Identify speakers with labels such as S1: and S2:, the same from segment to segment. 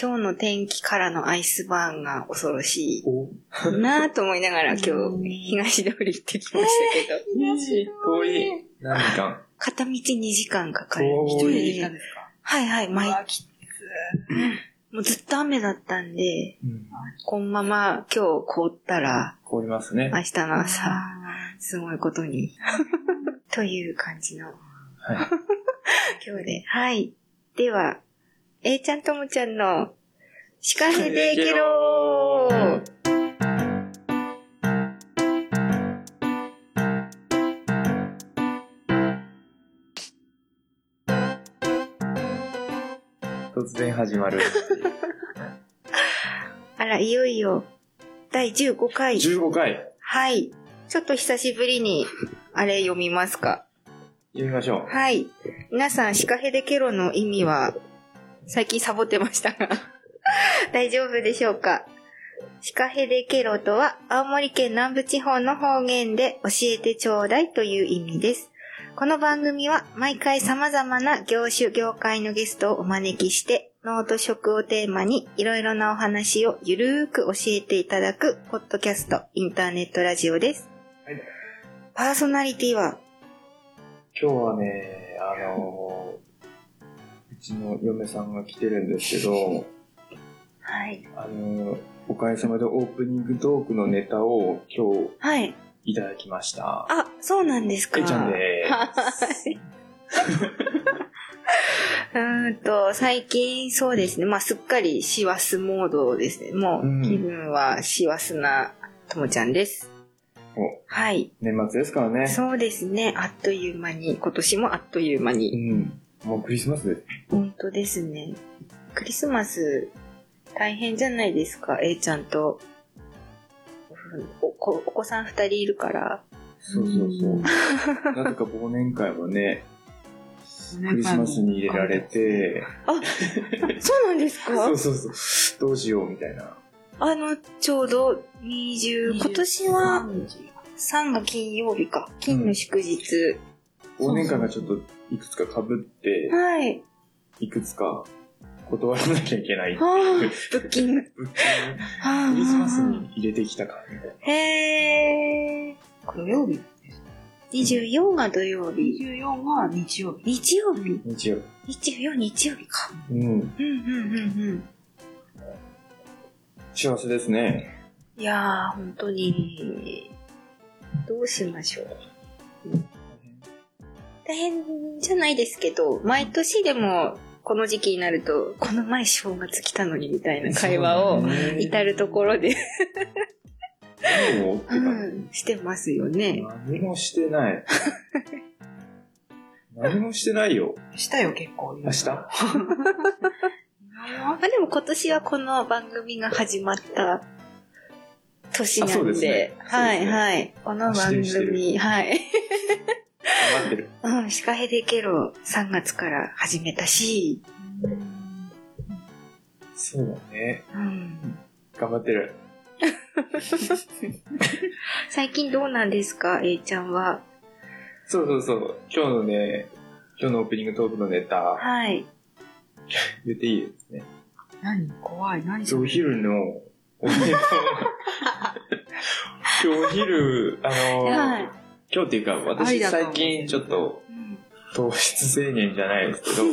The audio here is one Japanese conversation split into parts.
S1: 今日の天気からのアイスバーンが恐ろし
S2: お
S1: いなぁと思いながら今
S2: うん
S1: 日東通り行ってきましたけど、
S2: 遠い。何時間
S1: 片道2時間かかる。
S2: おー
S1: 一人で行った
S3: んですか
S1: はいはい、毎
S3: あ、きつ
S1: もうずっと雨だったんで、
S2: うん。
S1: このまま今日凍ったら、
S2: 凍りますね。
S1: 明日の朝、すごいことに。 という感じの
S2: はい。
S1: 今日で。はい。では、A ちゃんともちゃんの、シカヘデゲロー
S2: 突然始まる。
S1: あら、いよいよ、第15回。
S2: 15回
S1: はい。ちょっと久しぶりに、あれ読みますか。
S2: 読みましょう。
S1: はい。皆さん、シカヘデケロの意味は、最近サボってましたが、 大丈夫でしょうかシカヘデケロとは、青森県南部地方の方言で、教えてちょうだいという意味です。この番組は、毎回様々な業種業界のゲストをお招きして、脳と食をテーマに、いろいろなお話をゆるーく教えていただく、ポッドキャスト、インターネットラジオです。
S2: はい
S1: パーソナリティは、
S2: 今日はね、あのー、うちの嫁さんが来てるんですけど、
S1: はい。
S2: あのー、おかげさまでオープニングトークのネタを今
S1: はい。
S2: 日いただきました。
S1: あ、そうなんですか。
S2: えいちゃんでーす。
S1: うーんと、最近そうですね。まあ、すっかり師走モードですね。も
S2: うん
S1: う、気分は師走なともちゃんです。
S2: お
S1: はい。
S2: 年末ですからね。
S1: そうですね。あっという間に、今年もあっという間
S2: う
S1: に。
S2: ん。もうクリスマスです。
S1: 本当ですね。クリスマス、大変じゃないですか。えいちゃんと。お子お子さん二人いるから。
S2: そうそうそう。なぜか忘年会はね、クリスマスに入れられて、
S1: そうなんですか
S2: そうそうそう、どうしようみたいな。
S1: あの、ちょうど20、今年は3が金曜日か。金の祝日。
S2: 忘年会がちょっといくつか被って、
S1: はい。
S2: いくつか断らなきゃいけない。
S1: あーブッキング。
S2: クリ
S1: ク
S2: スマスに入れてきた感じで。
S1: へー。
S3: 土曜日
S1: 24が土曜日。
S3: 24が日曜日
S1: 日曜日
S2: 日曜
S1: ?24 日曜日か。
S2: うん。
S1: うんうんうんうん。
S2: 幸せですね。
S1: いやー、本当に、どうしましょう。大変じゃないですけど、毎年でも、この時期になると、この前正月来たのにみたいな会話を、至るところで、
S2: 何をって
S1: う
S2: 感
S1: ん、 してますよ
S2: じ。
S1: ね。
S2: 何もし てない。何もしてないよ。
S3: したよ結構
S2: 明日
S1: まあでも今年はこの番組が始まった年な
S2: あそうんで
S1: です
S2: ね
S1: はいはい。この
S2: あして
S1: 番
S2: るして
S1: 組、
S2: る
S1: はい。
S2: 頑張ってる。
S1: うん、シカヘデケロ3月から始めたし、
S2: そうだね。
S1: うん、
S2: 頑張ってる。
S1: 最近どうなんですか、A ちゃんは。
S2: そうそうそう。今日のね、今日のオープニングトークのネタ、
S1: はい。
S2: 言っていいですね。
S3: 何怖い何
S2: お昼のお弁当。今日お昼、あの、
S1: はい
S2: 今日っていうか、
S3: あ
S2: 私
S3: りだと思
S2: 最
S3: う
S2: 近ちょっと
S1: うん
S2: 糖質制限じゃないですけど、
S1: う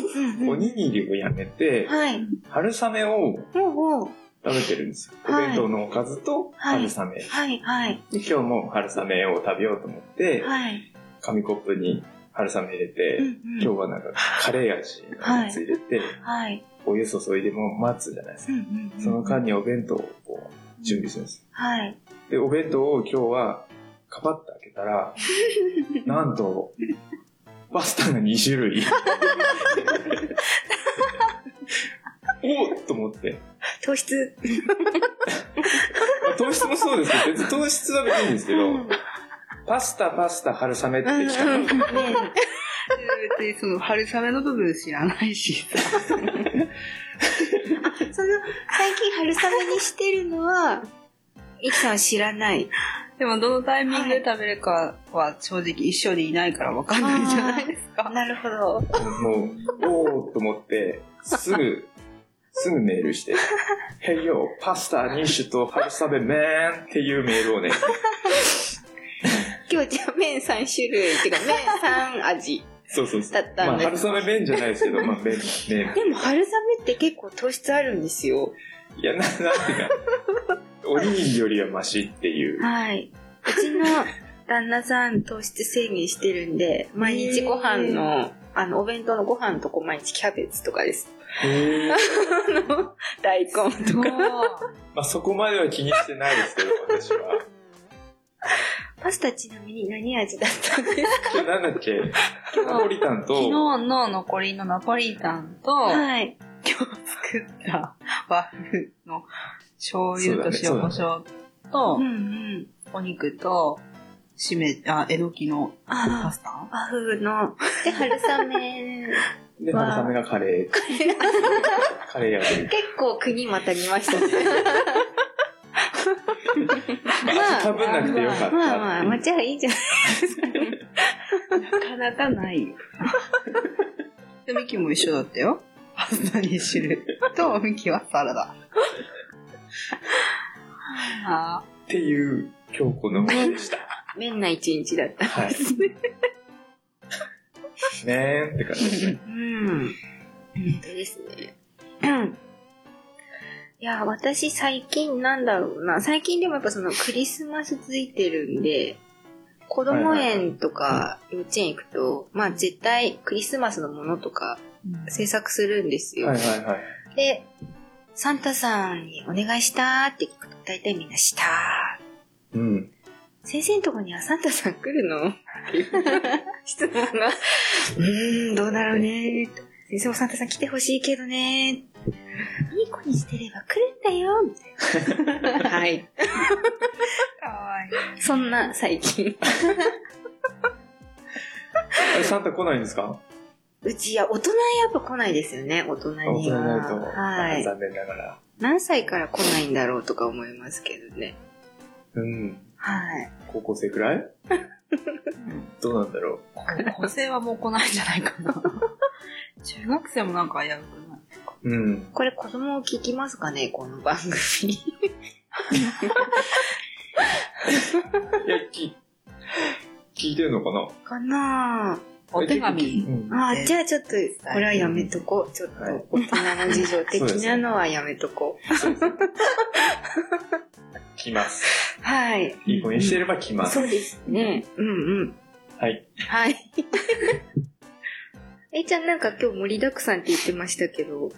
S1: ん
S2: お
S1: うん
S2: にぎりをやめて、
S1: はい。
S2: 春雨を
S1: おうおう
S2: 食べてるんですよ。お
S1: はい
S2: 弁当のおかず
S1: は
S2: と春
S1: い
S2: 雨。
S1: はいはい。
S2: で今日も春雨を食べようと思って、
S1: はい。
S2: 紙コップに春雨入れて、
S1: うんうん
S2: 今日はなんかカレー味のやつ入れて、
S1: はい。
S2: お湯注いでもう待つじゃないです
S1: う
S2: か。
S1: んうんうん
S2: その間にお弁当をこう準備するんです。
S1: はい。
S2: で、お弁当を今日は、かばって開けた ら、なんと、パスタが2種 類。おっと思って。
S1: 糖質。
S2: まあ糖質もそうですけど、別に糖質は別にいいんですけど、パスタ、パスタ、春雨ってきた。
S1: うんうんね
S3: 別にその春雨の部分知らないし
S1: その、最近春雨にしてるのは、いきさんは知らない。
S3: でもどのタイミングで食べるかは正直一緒にいないから分かんないじゃないですか
S1: なるほど。
S2: もう、おーっと思って、すぐ、すぐメールして、Hey yo, パスタ2種と春雨メーンっていうメールをね、
S1: 今日じゃあ麺3種類っていうか麺3味
S2: そうそうそう。
S1: だった
S2: ま
S1: ん
S2: あ、
S1: で
S2: 春
S1: す、
S2: 雨麺じゃないですけど、まあ、麺、麺。
S1: でも春雨って結構糖質あるんですよ
S2: いや、な、なんていうか、おにぎりよりはマシっていう。
S1: はいうちの旦那さん糖質制限してるんで毎日ご飯のあのお弁当のご飯のとこ毎日キャベツとかです
S2: へー
S1: あの大根 とか
S2: まあ、そこまでは気にしてないですけど、私は。
S1: パスタちなみに何味だったんですか
S2: 今日なんだっけ
S3: 今
S2: ナポリタン
S3: 昨日
S2: と、
S3: の残りのナポリタンと、
S1: はい
S3: 今日作った和風の醤油と
S2: そ
S3: 塩
S2: うだ
S3: コ
S2: ね
S3: シ
S2: そ
S3: ョウと
S1: うんうん
S3: お肉としめあえのきのパ
S1: あ
S3: スタ
S1: 和風ので春雨
S2: で、春雨がカレー。カレーやる。
S1: 結構国またぎましたね
S2: まあ、食べなくてよかったっていう。
S1: まあまあまあじゃあいいじゃない
S3: なかなかないよ でミキも一緒だったよパスタ2種類とミキはサラダ あ
S2: っていう、今日この頃でした。
S1: 麺な一日だった
S2: はい。ねーって感じですね。
S1: うん本当ですねうんいや私最近なんだろうな最近でもやっぱそのクリスマスついてるんで子供園とか幼稚園行くと、まあ絶対クリスマスのものとか
S3: ー
S1: 制作するんですよ。
S2: はいはいはい。
S1: で、サンタさんにお願いしたーって聞くと大体みんなしたー。
S2: うん。
S1: 先生のとこにはサンタさん来るの質問が。うーん、どうだろうねー。先生もサンタさん来てほしいけどねー。いい子にしてれば来るんだよみたいな。はい。
S3: かわいい
S1: そんな最近。
S2: あれ、サンタ来ないんですか
S1: うちや大人やっぱ来ないですよね、大人
S2: 大人
S1: に
S2: に
S1: は。
S2: なると、
S1: はい。
S2: 残念ながら。
S1: 何歳から来ないんだろうとか思いますけどね。
S2: うん。
S1: はい。
S2: 高校生くらいどうなんだろ。
S3: 補正はもう来ないんじゃない かな中学生もなんか危うくないう
S2: うん。
S1: これ子供を聞きますかね、この番組。
S2: いや、き、聞いてるのかな
S1: かな
S3: お手紙
S2: うん
S1: ああ
S3: え
S1: じゃあちょっとこれはやめとこうちょっと
S2: はい
S1: 大人の事情的なのはやめとこう
S2: そうですね来ます。
S1: はい
S2: いい子にしてれば来ます。
S1: そうですねうんうん
S2: はい。
S1: はい えいちゃんなんか今日盛りだくさんって言ってましたけど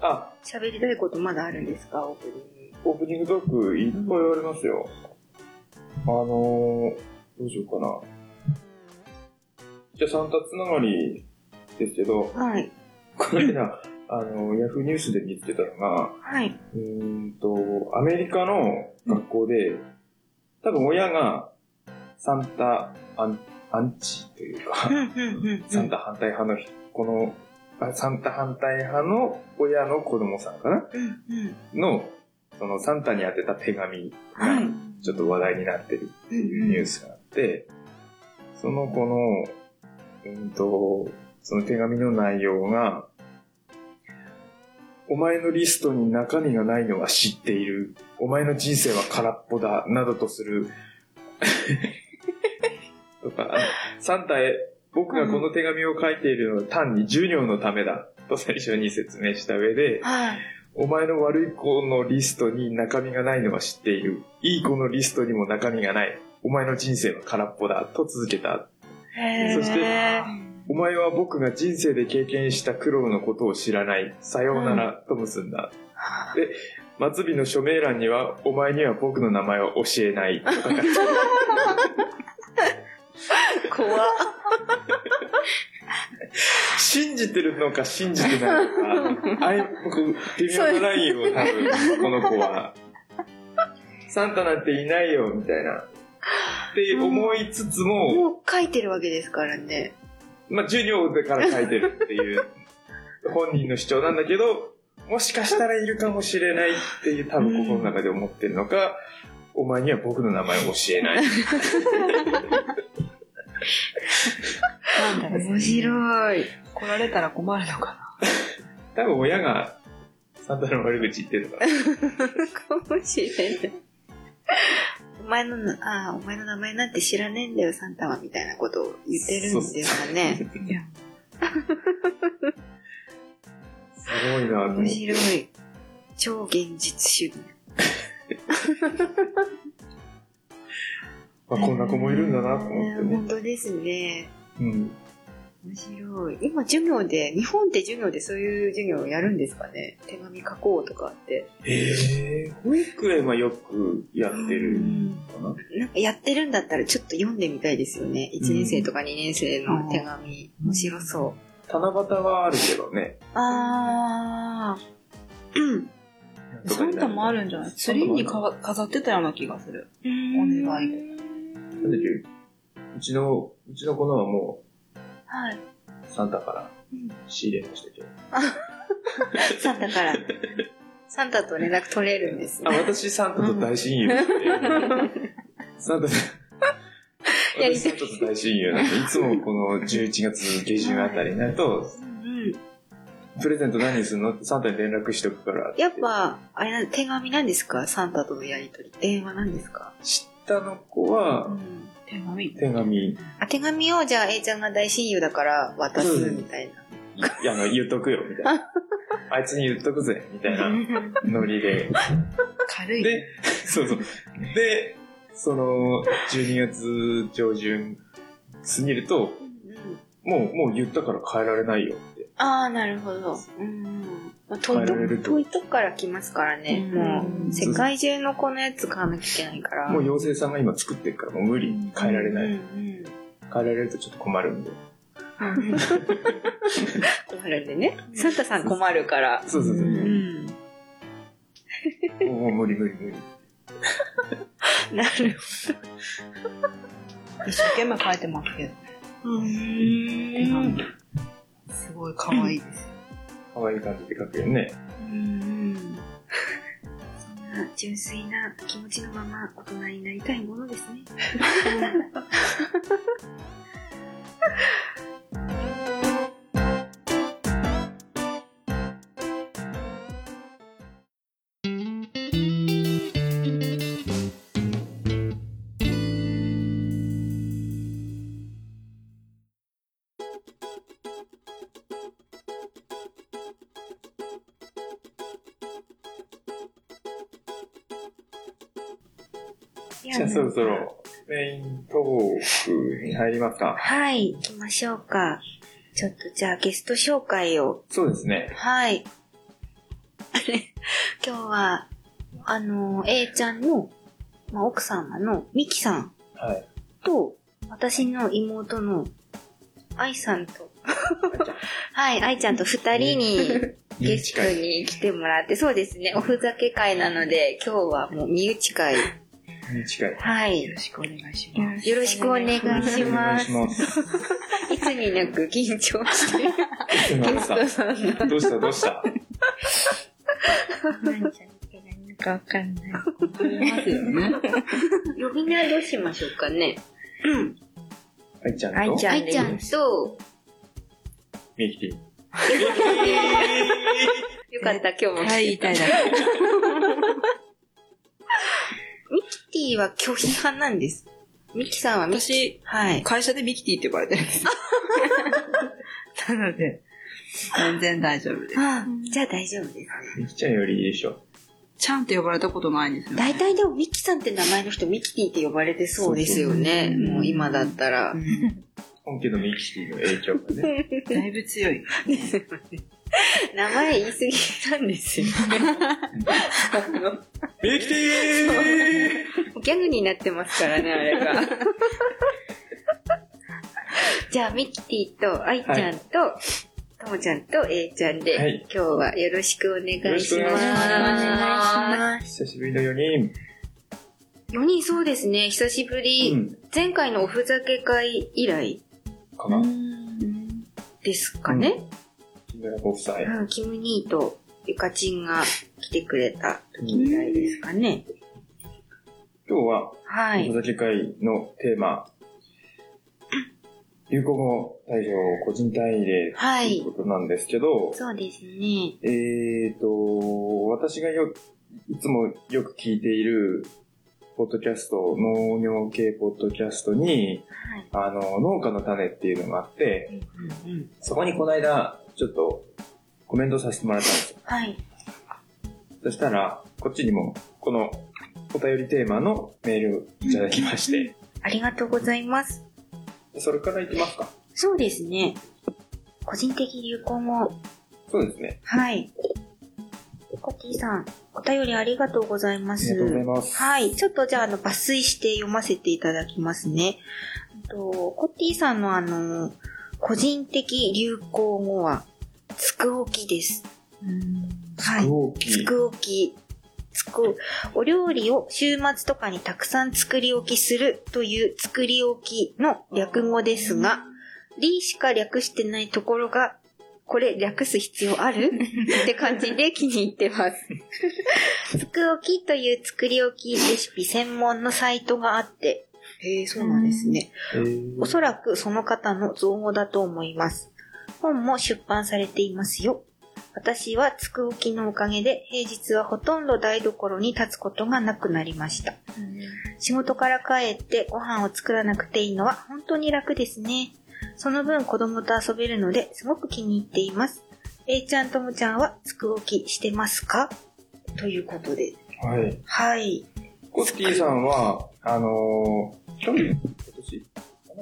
S2: あ、
S1: 喋りたいことまだあるんですかオープニング
S2: オープニングトークいっぱいありますよ。あのー、どうしようかな。じゃあ、サンタつながりですけど、
S1: はい
S2: これな、あの、ヤフーニュースで見つけたのが、
S1: はいう
S2: ーんと、アメリカの学校で、多分親がサンタアンアンチというか、
S1: うんうんうん
S2: サンタ反対派の人、この、あサンタ反対派の親の子供さんかな
S1: うんうん
S2: の、そのサンタに宛てた手紙
S1: は
S2: が
S1: い
S2: ちょっと話題になってるっていうニュースがあって、その子の、うんと、その手紙の内容が、お前のリストに中身がないのは知っている。お前の人生は空っぽだ。などとする。 とか、あのサンタへ、僕がこの手紙を書いているのは単に授業のためだ。と最初に説明した上で、
S1: はい
S2: お前の悪い子のリストに中身がないのは知っている。いい子のリストにも中身がない。お前の人生は空っぽだ。と続けた。
S1: へー
S2: そしてお前は僕が人生で経験した苦労のことを知らない。さようなら。と結んだ。で、末尾の署名欄には、お前には僕の名前は教えない。と書かれてる
S1: 怖っ
S2: 信じてるのか信じてないの か。あい、僕、微妙なラインを多分、この子 は。サンタなんていないよ、みたいな。って思いつつも、
S1: もう書いてるわけですからね
S2: まあ、授業だから書いてるっていう 本人の主張なんだけど、もしかしたらいるかもしれないっていう多分心の中で思ってるのか、お前には僕の名前を教え ない。
S3: なんだろう
S1: 面白い
S3: 来られたら困るのか
S2: 多分親がサンタの悪口言ってるから。
S1: かもしれない。お前のな、ああ、お前の名前なんて知らねえんだよ、サンタは、みたいなことを言ってるんですかね。
S3: いや、
S2: すごいなと思っ
S1: 面
S2: て。
S1: 白い。超現実主義。
S2: まあ、こんな子もいるんだなと思って
S1: うん
S2: ね
S1: 本。当ですね。
S2: うん。
S1: 面白い。今、授業で、日本って授業でそういう授業をやるんですかね手紙書こうとかって。
S2: ええ保育園はよくやって
S1: う
S2: る
S1: ん
S2: かな。
S1: なんかやってるんだったらちょっと読んでみたいですよね。1年生とか2年生の手紙。
S3: うん
S1: 面白そう。
S2: 七夕はあるけどね。
S1: あー。うん。
S2: なんとか
S3: サン
S2: にな
S3: タもあるんじゃないツリーにかわ飾ってたような気がする。
S1: お
S3: 願い
S2: なんだっけうちの、うちの子のはも
S1: はい。
S2: う、サンタから
S1: うん
S2: 仕入れましたけど。
S1: サンタから。サンタと連絡取れるんです
S2: あ、
S1: ね。
S2: 私サンタと 大親友って。 サンタと、
S1: やり
S2: 私
S1: た
S2: サ
S1: い
S2: ンタと大親友なんで、いつもこの11月下旬あたりになる
S1: う
S2: と、
S1: ん。
S2: プレゼント何にするのってサンタに連絡しとくから。
S1: やっぱ、あれなん、手紙なんですかサンタとのやりとり。電話なんですか
S2: 下の子
S1: う
S2: は
S1: ん。
S3: 手紙。
S2: 手紙、
S1: あ、手紙をじゃあ、A ちゃんが大親友だから渡すみたいな。
S2: いやあの、言っとくよ、み たいな。あいつに言っとくぜ、みたいなノリで。
S3: 軽い。
S2: で、そうそう。で、その、12月上旬過ぎる
S1: う
S2: と、
S1: ん
S2: もう、もう言ったから変えられないよって。
S1: ああ、なるほど。うん。まあ、遠い
S2: 変えられる
S1: と
S2: と
S1: 遠いとこから来ますからね。
S3: うん
S1: もう、世界中のこのやつ買わなきゃいけないから。
S2: もう妖精さんが今作ってるからもう無理。変えられな
S1: うん
S2: い。変えられるとちょっと困るんで。
S1: うんうん困るんでね。サンタさん困るから。
S2: そうそうそう。
S1: う
S2: も
S1: ん。
S2: うもう無理無理無理。
S1: なる
S3: 一生懸命書いてますけど。
S1: ほど。う
S3: 手
S1: ん
S3: 紙。すごい可愛いです。
S2: 可愛い感じで書くよね。
S1: うん そんな純粋な気持ちのまま大人になりたいものですね。
S2: じゃあそろそろメイントークに入りますか。
S1: はい、行きましょうか。ちょっとじゃあゲスト紹介を。
S2: そうですね。
S1: はい。あれ、今日は、あの、A ちゃんの、まあ、奥様のミキさん
S2: はい。
S1: と、私の妹の愛さんと、はい、愛ちゃんと二人にゲストに来てもらって、そうですね、おふざけ会なので、今日はもう身内会。
S2: に近い。
S1: はい。
S3: よろしくお願いします。
S1: よろしくお願いし
S2: お願
S1: ま
S2: い
S1: す
S2: し。ます。
S1: いつになく緊張してる
S2: すいま
S1: ゲスト
S2: せ
S1: さんが。
S2: んどうしたどうした
S1: 何ちゃんって何かわかんない。
S3: ありますよね。
S1: 呼び名どうしましょうかね。うん。
S2: 愛ちゃんと
S1: 愛ちゃん
S2: でいいです
S1: と、
S2: ミキティ。
S1: よかった、今日も。
S3: はい、痛いだ
S1: ミキティは拒否派なんです。ミキさんはミキ、
S3: 私、
S1: はい。
S3: 会社でミキティって呼ばれてるんです。なので、全然大丈夫です。
S1: あじゃあ大丈夫です。
S2: ミキちゃんよりいいでしょ。
S3: ちゃんって呼ばれたことないんですよ。
S1: 大体でもミキさんって名前の人ミキティって呼ばれてそうですよね。
S3: そうそう
S1: もう今だったら
S3: う。ん
S2: 本家のミキティの影響が ね。
S3: だいぶ強い。
S1: 名前言い過ぎなんですよ。
S2: ミキティ
S1: ギャグになってますからね、あれが。 じゃあ、ミキティと、愛ちゃんと、ともちゃんと、えいちゃんで、
S2: はい
S1: 今日はよろしくお願いし
S2: よ
S1: ます。
S2: ろしくお願いします
S1: お願いします。
S2: 久しぶりの4人。
S1: 4人そうですね、久しぶり。
S2: うん。
S1: 前回のおふざけ会以来
S2: かな。
S1: ですかね。
S2: 木村ご夫妻。
S1: うん、キム兄とゆかちんが来てくれた時以来ですかね。
S2: 今日は、
S1: は
S2: お
S1: い。
S2: 酒会のテーマ、流行語大賞個人単位で、
S1: は
S2: とい
S1: い。
S2: うことなんですけど、
S1: そうですね。
S2: えーと、私がよ、いつもよく聞いている、ポッドキャスト、農業系ポッドキャストに、
S1: はい。
S2: あの、農家の種っていうのがあって、
S1: うんうんうん。
S2: そこにこの間、ちょっと、コメントさせてもらったんですよ。
S1: はい。
S2: そしたら、こっちにも、この、お便りテーマのメールいただきまして、
S1: ありがとうございます。
S2: それからいきますか。
S1: そうですね。個人的流行語。
S2: そうですね。
S1: はい。コティさん、お便りありがとうございま
S2: あり
S1: す。
S2: がとうございます。
S1: はい。ちょっとじゃあ、あの、抜粋して読ませていただきますね。うんとコッティさんのあの、個人的流行語は、つくおきです。はい。
S2: 大き
S1: つ
S2: い。
S1: くおき。つく、お料理を週末とかにたくさん作り置きするという作り置きの略語ですが、りしか略してないところが、これ略す必要あ るって感じで気に入ってます。つくおきという作り置きレシピ専門のサイトがあって、へえ、そうなんですね。
S2: えー
S1: おそらくその方の造語だと思います。本も出版されていますよ。私はつくおきのおかげで平日はほとんど台所に立つことがなくなりました。仕事から帰ってご飯を作らなくていいのは本当に楽ですね。その分子供と遊べるのですごく気に入っています。A ちゃんともちゃんはつくおきしてますかということで。
S2: はい。
S1: はい。
S2: コッティさんは、あのー、去年、今年、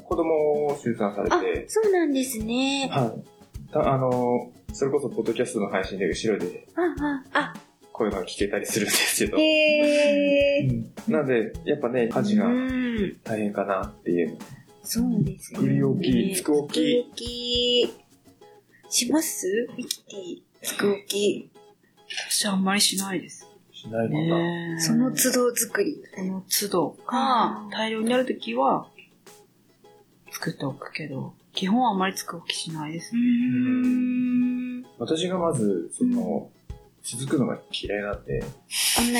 S2: 子供を出産され
S1: あ
S2: て、、
S1: そうなんですね。
S2: はい。たあのー、それこそ、ポッドキャストの配信で後ろで
S1: あ、あ、
S2: 声が聞けたりするんですけ
S1: あ、
S2: ど。
S1: へー。
S2: うんなので、やっぱね、家事が
S1: うん、
S2: 大変かなっていう。
S1: そうですね。
S2: 作り置き作置き
S1: 作置きしますミキティ。作置き。
S3: 私あんまりしないです。
S2: しないのかな。
S3: ねえ
S1: その都度作り。
S3: その都度が
S1: うん
S3: 大量にあるときは作っておくけど、基本はあんまり作る気しないです
S1: う。ん。
S2: 私がまず、その、続くのが嫌いなんで、
S1: 同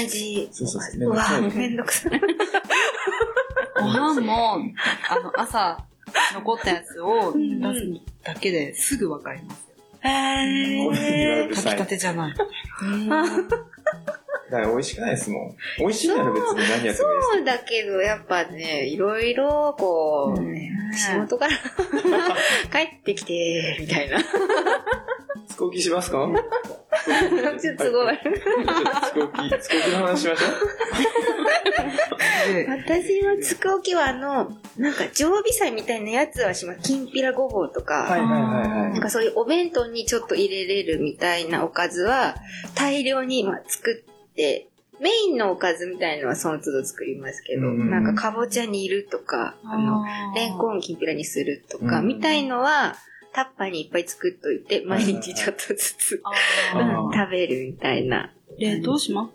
S1: じ。
S2: そうそうそう
S1: うわ
S2: めんどくさい
S1: めんどくさい。
S3: ご飯も、あの、朝残ったやつを
S1: うん
S3: 出すだけですぐわかりますよ。
S1: へ
S2: これにな
S1: ー
S2: る。
S3: 炊きたてじゃない。
S2: だから美味しくないですもん。美味しいなら別に何やってもいい
S1: そうだけど、やっぱね、いろいろ、こう、
S3: ね
S1: 仕事 から帰ってきて、みたいな。
S2: です。つこきしますか
S1: ちょっとすごい。
S2: つこき、つこきの話しましょ
S3: で
S1: 私のつくおきはあの、なんか常備菜みたいなやつはします。きんぴらごぼうと
S2: う。
S1: か、
S2: はいはいはいは
S1: ないん。かそういうお弁当にちょっと入れれるみたいなおかずは、大量に今作って、メインのおかずみたいのはその都度作りますけど、
S2: うん
S1: なんかかぼちゃ煮るとか、あの、レンコンきんぴらにするとか、
S2: うん
S1: みたいのは、タッパーにいっぱい作っといて、毎日ちょっとずつ、
S3: あ
S2: は
S3: ー
S2: いはい
S1: うん食べるみたいな。
S3: 冷凍しま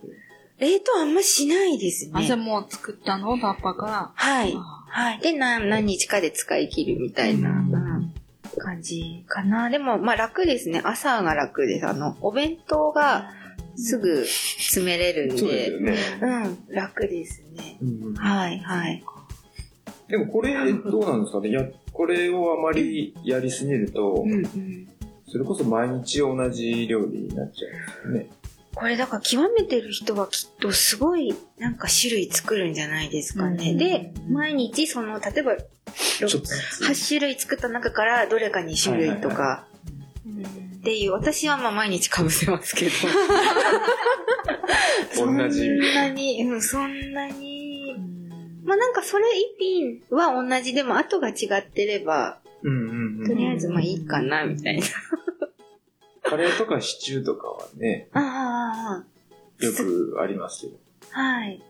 S3: す
S1: 冷凍あんましないです
S3: あ、じゃあ
S1: ね。
S3: もう作ったのをタッパーから。
S1: はい。
S3: あ
S1: はい。で、何、何日かで使い切るみたいな、
S2: う
S1: うんん感じかな。でも、まあ楽ですね。朝が楽です。あの、お弁当がすぐ詰めれるん
S2: そうですよ
S1: で、
S2: ね。
S1: うん、楽ですね。
S2: うんうん
S1: はい、はい。
S2: でもこれどうなんですかねいや、これをあまりやりすぎると、
S1: うん、うん。
S2: それこそ毎日同じ料理になっちゃうんですよね。
S1: これだから極めてる人はきっとすごいなんか種類作るんじゃないですかね。
S3: うん
S1: で、毎日その、例えば、
S2: ちょっとずつ
S1: 8種類作った中からどれか2種類と
S2: はいは
S1: か、っていう、私はまあ毎日被せますけど。そん
S2: 同じ
S1: なに、うん、そんなに。まあ
S3: あ
S1: なんかそれ一品は同じでも後が違ってれば、
S2: うんうんう
S1: と
S2: ん。
S1: りあえずまあいいかな、みたいな。
S2: カレーとかシチューとかはね、
S1: あ
S2: よくありますけど。
S1: あ、はい。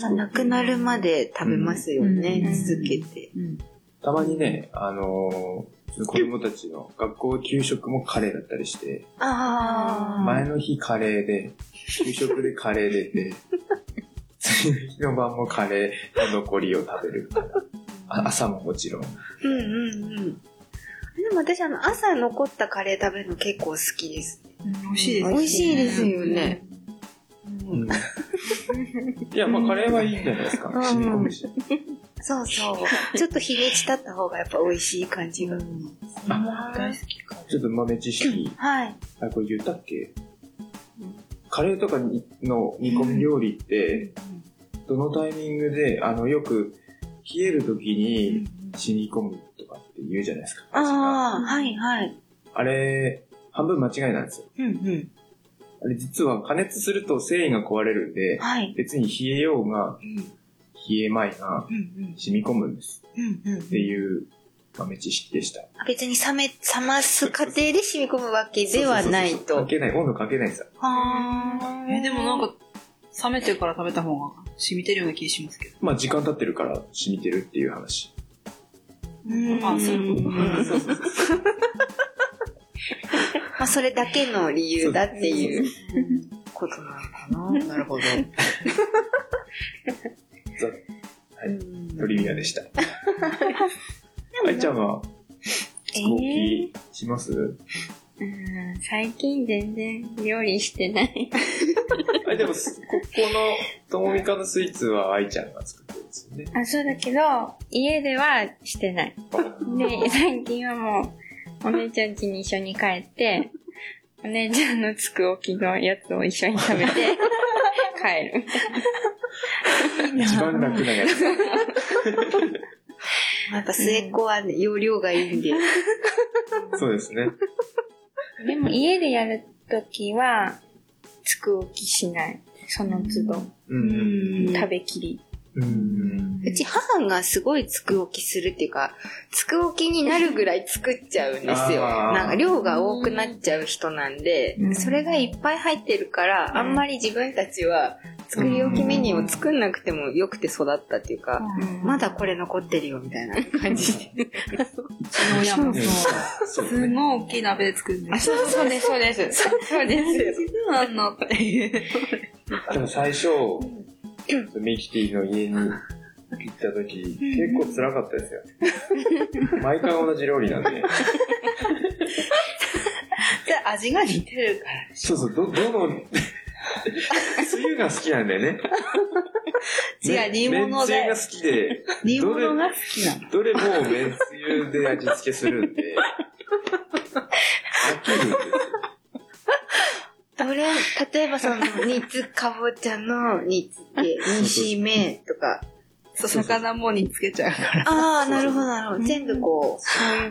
S1: まあなくなるまで食べますよね、
S3: うん
S1: 続けて。
S3: うん
S2: たまにね、あのー子供たちの学校給食もカレーだったりして、
S1: ああ。
S2: 前の日カレーで、給食でカレー出て、次の日の晩もカレーの残りを食べる。あ朝ももちろん。
S1: うんうんうん。でも私あの朝残ったカレー食べるの結構好きです。
S3: 美味しいです。
S1: 美味しいですよね。
S2: いや、まあカレーはいいんじゃないですか。
S1: うん
S2: 染み込むし。
S1: そう そう。ちょっと日にち経った方がやっぱ美味しい感じが。
S3: 大好きかも。
S2: ちょっと豆知識。
S1: はい。
S2: あ、これ言ったっけカレーとかにの煮込み料理って、どのタイミングで、あの、よく、冷える時に染み込むとかって言うじゃないですか。
S1: ああ、はいはい。
S2: あれ、半分間違いなんですよ。
S1: うんうん。
S2: あれ実は加熱すると繊維が壊れるんで、
S1: はい。
S2: 別に冷えようが、
S1: うん
S2: 冷えまいが、
S1: うん
S2: 染み込むんです。
S1: うんうん
S2: っていう豆知識でした。
S1: あ別に冷め、冷ます過程で染み込むわけではない
S2: そうそうそうそう
S1: と
S2: か。けない、温度かけないんですよ。
S1: はー
S3: え、でもなん、か、冷めてから食べた方が染みてるような気がしますけど。
S2: まあ時間経ってるから染みてるっていう話。
S1: うん
S3: あそういうこと
S1: うん
S2: そうそうそう
S1: まあ、それだけの理由だっていうことなのかな。
S3: なるほど。
S2: い
S1: うん
S2: トリビア でした。愛ちゃんは飛行機します
S4: うん最近全然料理してない。
S2: あ、でも、すここの、ともみかのスイーツは愛ちゃんが作ってるんですよね。
S4: あ、そうだけど、家ではしてない。 で、最近はもう、お姉ちゃん家に一緒に帰って、お姉ちゃんの作置きのやつを一緒に食 べて、帰る。
S2: 一番楽なやつ。
S1: やっぱ末っ子はね容量がいいんで。
S2: そうですね。
S4: でも家でやるときは、作置きしない。その都度、
S2: うんうん
S4: 食べきり。
S2: うん。うん
S1: うち母がすごいつく置きするっていうか、つく置きになるぐらい作っちゃうんですよ。
S2: あー
S1: なんか量が多くなっちゃう人なんで、
S3: うん
S1: それがいっぱい入ってるから、あんまり自分たちは作り置きメニューを作んなくてもよくて育ったっていうか、まだこれ残ってるよみたいな感じで。
S3: その親もそう。
S2: そうだ
S3: す
S2: ね。
S3: ごい大きい鍋で作るんです
S4: そうそうです、そうです。そうです。
S3: そうなんのっていう。
S2: でも最初、ミキティの家に行った時、結構辛かったですよ。毎回同じ料理なん で。
S3: 味が似てるから。
S2: そうそう、ど、どの、つゆが好きなんだよ ね。
S3: つゆは煮物で
S2: めんつゆが好きで、
S3: 煮物が好きなの。
S2: どれもめんつゆで味付けするんで、飽きるんですよ。
S1: どれ、例えばその、煮つかぼちゃの煮つけ、煮しめとか。
S3: そう、魚も煮つけちゃうから。
S1: ああ、なるほどなるほど。全部こ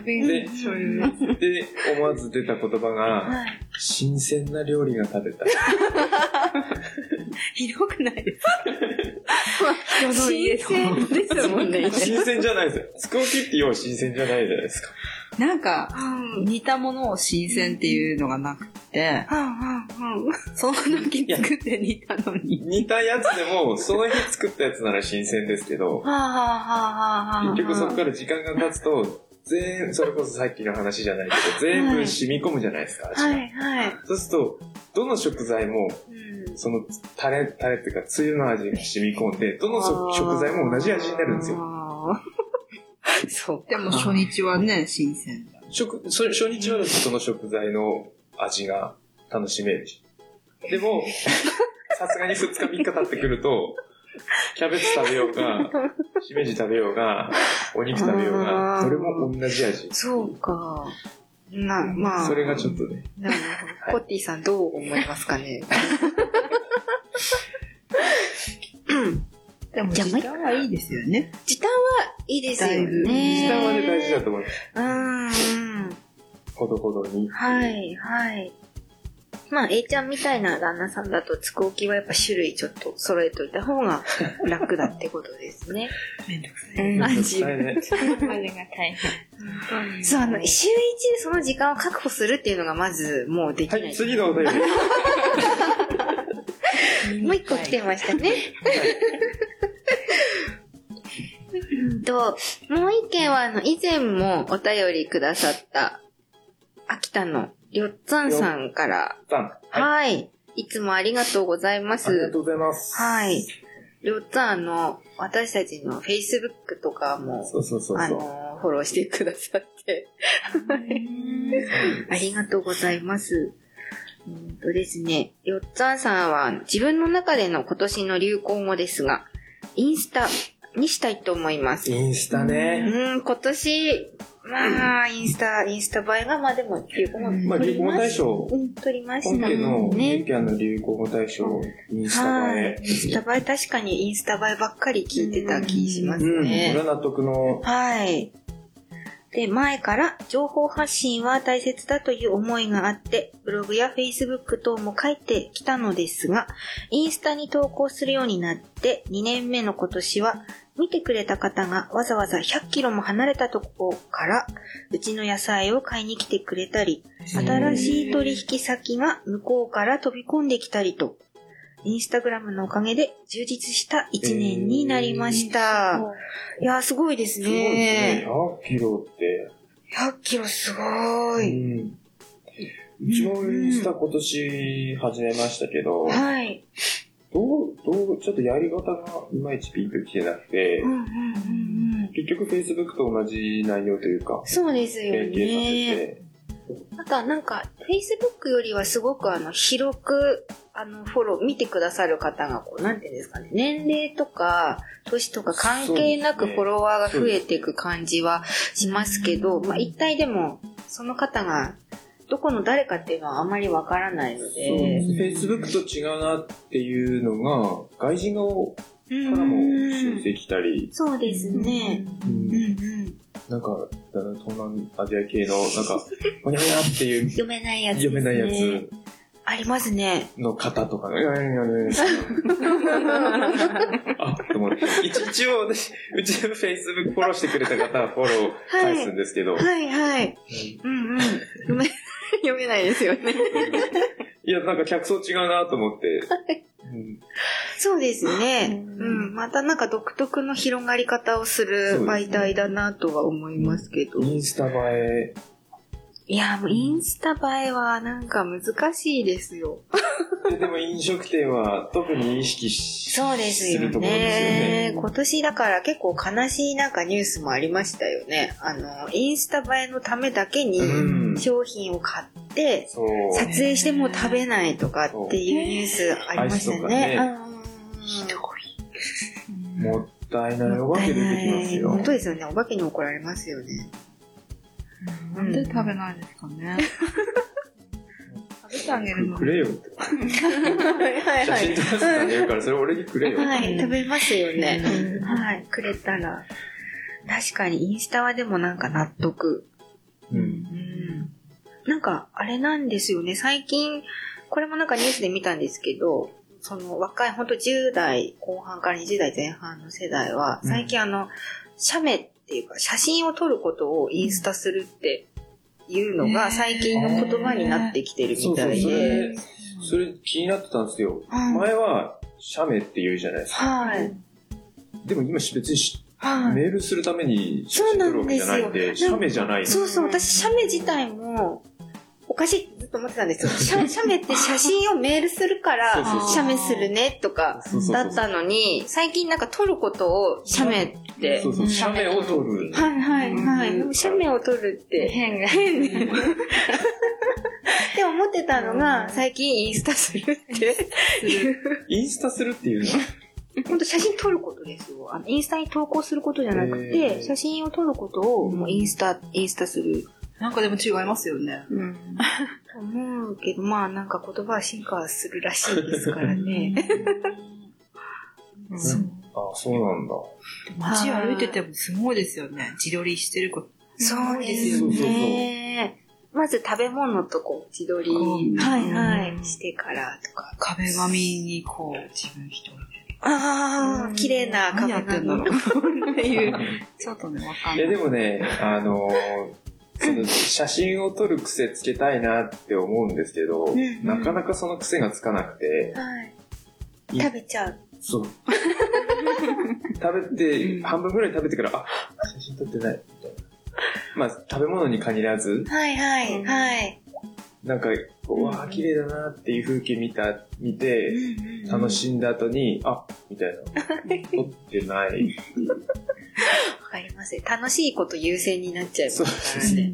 S2: で
S3: そういう。
S2: で、思わず出た言葉
S1: う。
S2: が、
S1: はい。
S2: 新鮮な料理が食べたい。
S3: ひどくないです
S1: 新鮮ですもんね。
S2: 新鮮じゃないですよ。スコーキって要は新鮮じゃないじゃないですか。
S3: かなんか、
S1: うん。
S3: 似たものを新鮮っていうのがなくて、
S1: うんうんうん。
S3: その時作って似たのに。
S2: 似たやつでも、その日作ったやつなら新鮮ですけど、
S1: はあはあはあはあはあ。
S2: 結局そこから時間が経つと、全、それこそさっきの話じゃないけど、全部染み込むじゃないですか、味が
S1: はいはい。
S2: そうすると、どの食材も、
S1: うん
S2: その、タレ、タレっていうか、つゆの味が染み込んで、どのそ食材も同じ味になるんですよ。
S1: あー。そうか。
S3: でも初日はね、新鮮だ。
S2: 食、そ初日はその食材の味が楽しめるし。で も、さすがに2日3日経ってくると、キャベツ食べようが、しめじ食べようが、お肉食べよう
S1: あ
S2: が、
S1: ー
S2: どれも同じ味。
S1: そうか。な、まあ。
S2: それがちょっとね、
S1: なるほど。ポッティさんどう思いますかね。
S3: でも
S1: じゃあ
S3: 時間はいいですよね。
S1: 時短はいいですよね。
S2: 時短はね大事だと思います。
S1: うんうん。
S2: ほどほどに。
S1: はい、はい。まあ、A ちゃんみたいな旦那さんだと、つくおきはやっぱ種類ちょっと揃えといた方が楽だってことです ね。
S3: めんどくさ
S1: う
S3: い。
S1: ん
S2: めんどくさいね。
S4: までが大変。
S1: そう、あの、週1でその時間を確保するっていうのがまずもうでき
S2: は
S1: ない。
S2: い、次のお便り。はい
S1: もう一個来てましたね。うんと、もう一件は、あの、以前もお便りくださった、秋田のりょっつんさんから、
S2: さん
S1: は
S2: はい。
S1: い、い。つもありがとうございま
S2: ありが
S1: す
S2: と。うございます。
S1: はい。りょっつん、あの、私たちの Facebook とかも、
S2: そうそうそう
S1: あ
S2: そう。
S1: の、フォローしてくださって、ありがとうございます。うんとですね、よっつぁんさんは自分の中での今年の流行語ですが、インスタ、にしたいと思います。
S2: インスタ
S1: う
S2: ね。
S1: ん、今年、まあ、インスタ、インスタ映えが、まあでも、流行語
S2: まあ、流行語大賞
S1: う。ん、撮りまし
S2: 本
S1: た
S2: 家の、
S1: ね
S2: ミ。キャンの流行語大賞、インスタ
S1: はい
S2: 映。
S1: インスタ映え、確かにインスタ映えばっかり聞いてた気しま
S2: え。
S1: す
S2: うん。こ
S1: ね。
S2: れは納得の、
S1: はい。で、前から情報発信は大切だという思いがあって、ブログや Facebook 等も書いてきたのですが、インスタに投稿するようになって2年目の今年は、見てくれた方がわざわざ100キロも離れたところから、うちの野菜を買いに来てくれたり、新しい取引先が向こうから飛び込んできたりと、インスタグラムのおかげで充実した1年になりました。いやー、すごいです
S2: すごいですね。
S1: ね。
S2: 100キロって。
S1: 100キロすごい。
S2: うん。うちもインスタ今年始めましたけど、
S1: はい。
S2: どう、どう、ちょっとやり方がいまいちピンときてなくて
S1: うん、うんうんうん。
S2: 結局 Facebook と同じ内容というか、
S1: そうですよ
S2: 連携さ
S1: ね。
S2: せて、
S1: あとはなんか、Facebook よりはすごくあの、広く、あの、フォロー、見てくださる方が、こう、なんていうんですかね、年齢とか、年とか関係な
S2: そう
S1: く
S2: ですね
S1: フォロワーが増えていく感じはしますけど、まあ一体でも、その方が、どこの誰かっていうのはあまりわからないの
S2: そう
S1: で、
S2: Facebook と違うなっていうのが、外人が
S1: うん
S2: からも出てきたり、
S1: そうですね。うんうん。
S2: なんか、だな東南アジア系の、なん か、ほにゃほにゃっていう
S1: 読めないやつ、
S2: 読めないや。つ
S1: ありますね。
S2: の方と かが、いやいやいやいやあ、と思って。一一応私、うちの Facebook フォローしてくれた方はフォロー返すんですけど、
S1: はいはい。うんうん。読め、 読めないですよね。
S2: いや、なんか客層違うなと思って。うん
S1: そうですね。
S4: う
S1: うんん。またなんか独特の広がり方をする媒体だなとは思いますけど。
S2: インスタ映え、
S1: いや、もうインスタ映えはなんか難しいですよ。
S2: でも飲食店は特に意識し
S1: そうですよ
S2: るところですよ
S1: ね
S2: ね。。
S1: 今年だから結構悲しいなんかニュースもありましたよね。あの、インスタ映えのためだけに
S2: うん
S1: 商品を買って、
S2: そう。
S1: 撮影しても食べないとかっていうニュースありましたよね。
S2: ア
S1: ひど
S2: もったいないお化け出てきますよ。
S1: 本当ですよね。お化けに怒られますよね。
S3: なんで食べないんですか ね。食べてあげるの
S2: くれよって。
S1: はい
S2: 写真撮らせてあげるから、それ俺にくれよ。
S1: はい、食べますよね。
S3: ね。
S1: はい、くれたら。確かにインスタはでもなんか納得。
S2: うん。
S1: うん。なんか、あれなんですよね。最近、これもなんかニュースで見たんですけど、その若い、ほんと10代後半から20代前半の世代は、
S2: うん
S1: 最近あの、写メっていうか、写真を撮ることをインスタするっていうの
S3: ね
S1: が
S3: え
S1: 最近の言葉になってきてる
S2: そ
S1: み
S2: うそ
S1: た
S2: う、
S1: い
S2: そ
S1: で。
S2: れ、それ気になってたんですよ。
S1: うん
S2: 前は、写メって言うじゃないですか。
S1: はい。
S2: でも今別にし
S1: はい。
S2: メールするために写真撮るわけじゃないんで、
S1: そう
S2: 写
S1: なん
S2: メじゃない
S1: そうそう、私、写メ自体も、おかしいってずっと思ってたん ですよ。写写メって写真をメールするから、
S2: そうそう
S1: 写メするねとか、
S2: そうそう
S1: だ
S2: そう
S1: ったのに、最近なんか撮ることを写メって
S2: そ。うそう、写メを撮る。
S1: はいはいはい。でも写メを撮るって。
S4: 変が。
S1: でも思ってたのが、最近インスタするって。
S2: インスタするっていうのは、
S1: 本当写真撮ることですよ。あのインスタに投稿することじゃなく
S2: へー
S1: て、写真を撮ることをもうインスタ、インスタする。
S3: なんかでも違いますよね。
S4: うん。
S1: と 思うけど、まあなんか言葉は進化するらしいですから ね。
S3: うん
S2: そうあ、そうなんだ。
S3: 街歩いててもすごいですよね。自撮りしてること。
S1: そうですすよ
S2: よね
S1: ね。まず食べ物とこう自撮り、
S3: うん
S1: はいはい、してからとか。
S3: 壁紙にこう、自分一人で。
S1: ああ、綺麗な
S3: 何
S1: 壁
S3: やってんだろうっていう。ちょっとね、わかん
S2: い
S3: な
S2: や
S3: い。
S2: でもね、あのーその写真を撮る癖つけたいなって思うんですけど、
S1: ん
S2: なかなかその癖がつかなくて、
S1: はい。
S2: い
S1: 食べちゃう。
S2: そう。食べて、
S3: うん
S2: 半分ぐらい食べてから、あ、写真撮ってない、みたいな。まあ、食べ物に限らず、
S1: はいはい、
S4: うん
S1: はい。
S2: なんか、うわあ綺麗だなっていう風景見た、見
S1: う
S2: て、
S1: んうん
S2: 楽しんだ後に、あ、みたいな。撮ってない。
S1: わかります。楽しいこと優先になっちゃいます
S2: そう
S1: か
S2: で
S1: ら
S2: す
S1: ね。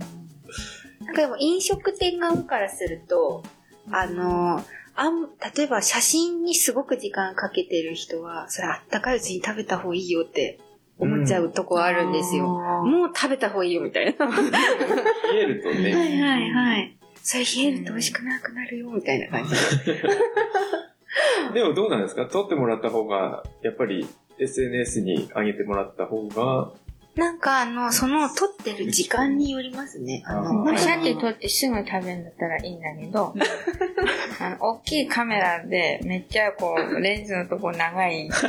S1: なんかでも飲食店側からすると、あの、あん例えば写真にすごく時間かけてる人は、それあったかいうちに食べた方がいいよって思っちゃうとこあるんですよ。もう食べた方がいいよみたいな。は
S2: 冷えると
S1: い
S2: ね、
S1: はいはい。それ冷えると美味しくなくなるよみたいな感じ。
S2: でもどうなんですか撮ってもらった方が、やっぱり SNS に上げてもらった方が、
S1: なんかあの、その撮ってる時間によりますね。あの、
S2: あー
S1: おしゃ
S4: 鮭
S1: れと
S4: 取ってすぐ食べるんだったらいいんだけど、 あの、大きいカメラでめっちゃこう、レンズのとこ長 い、す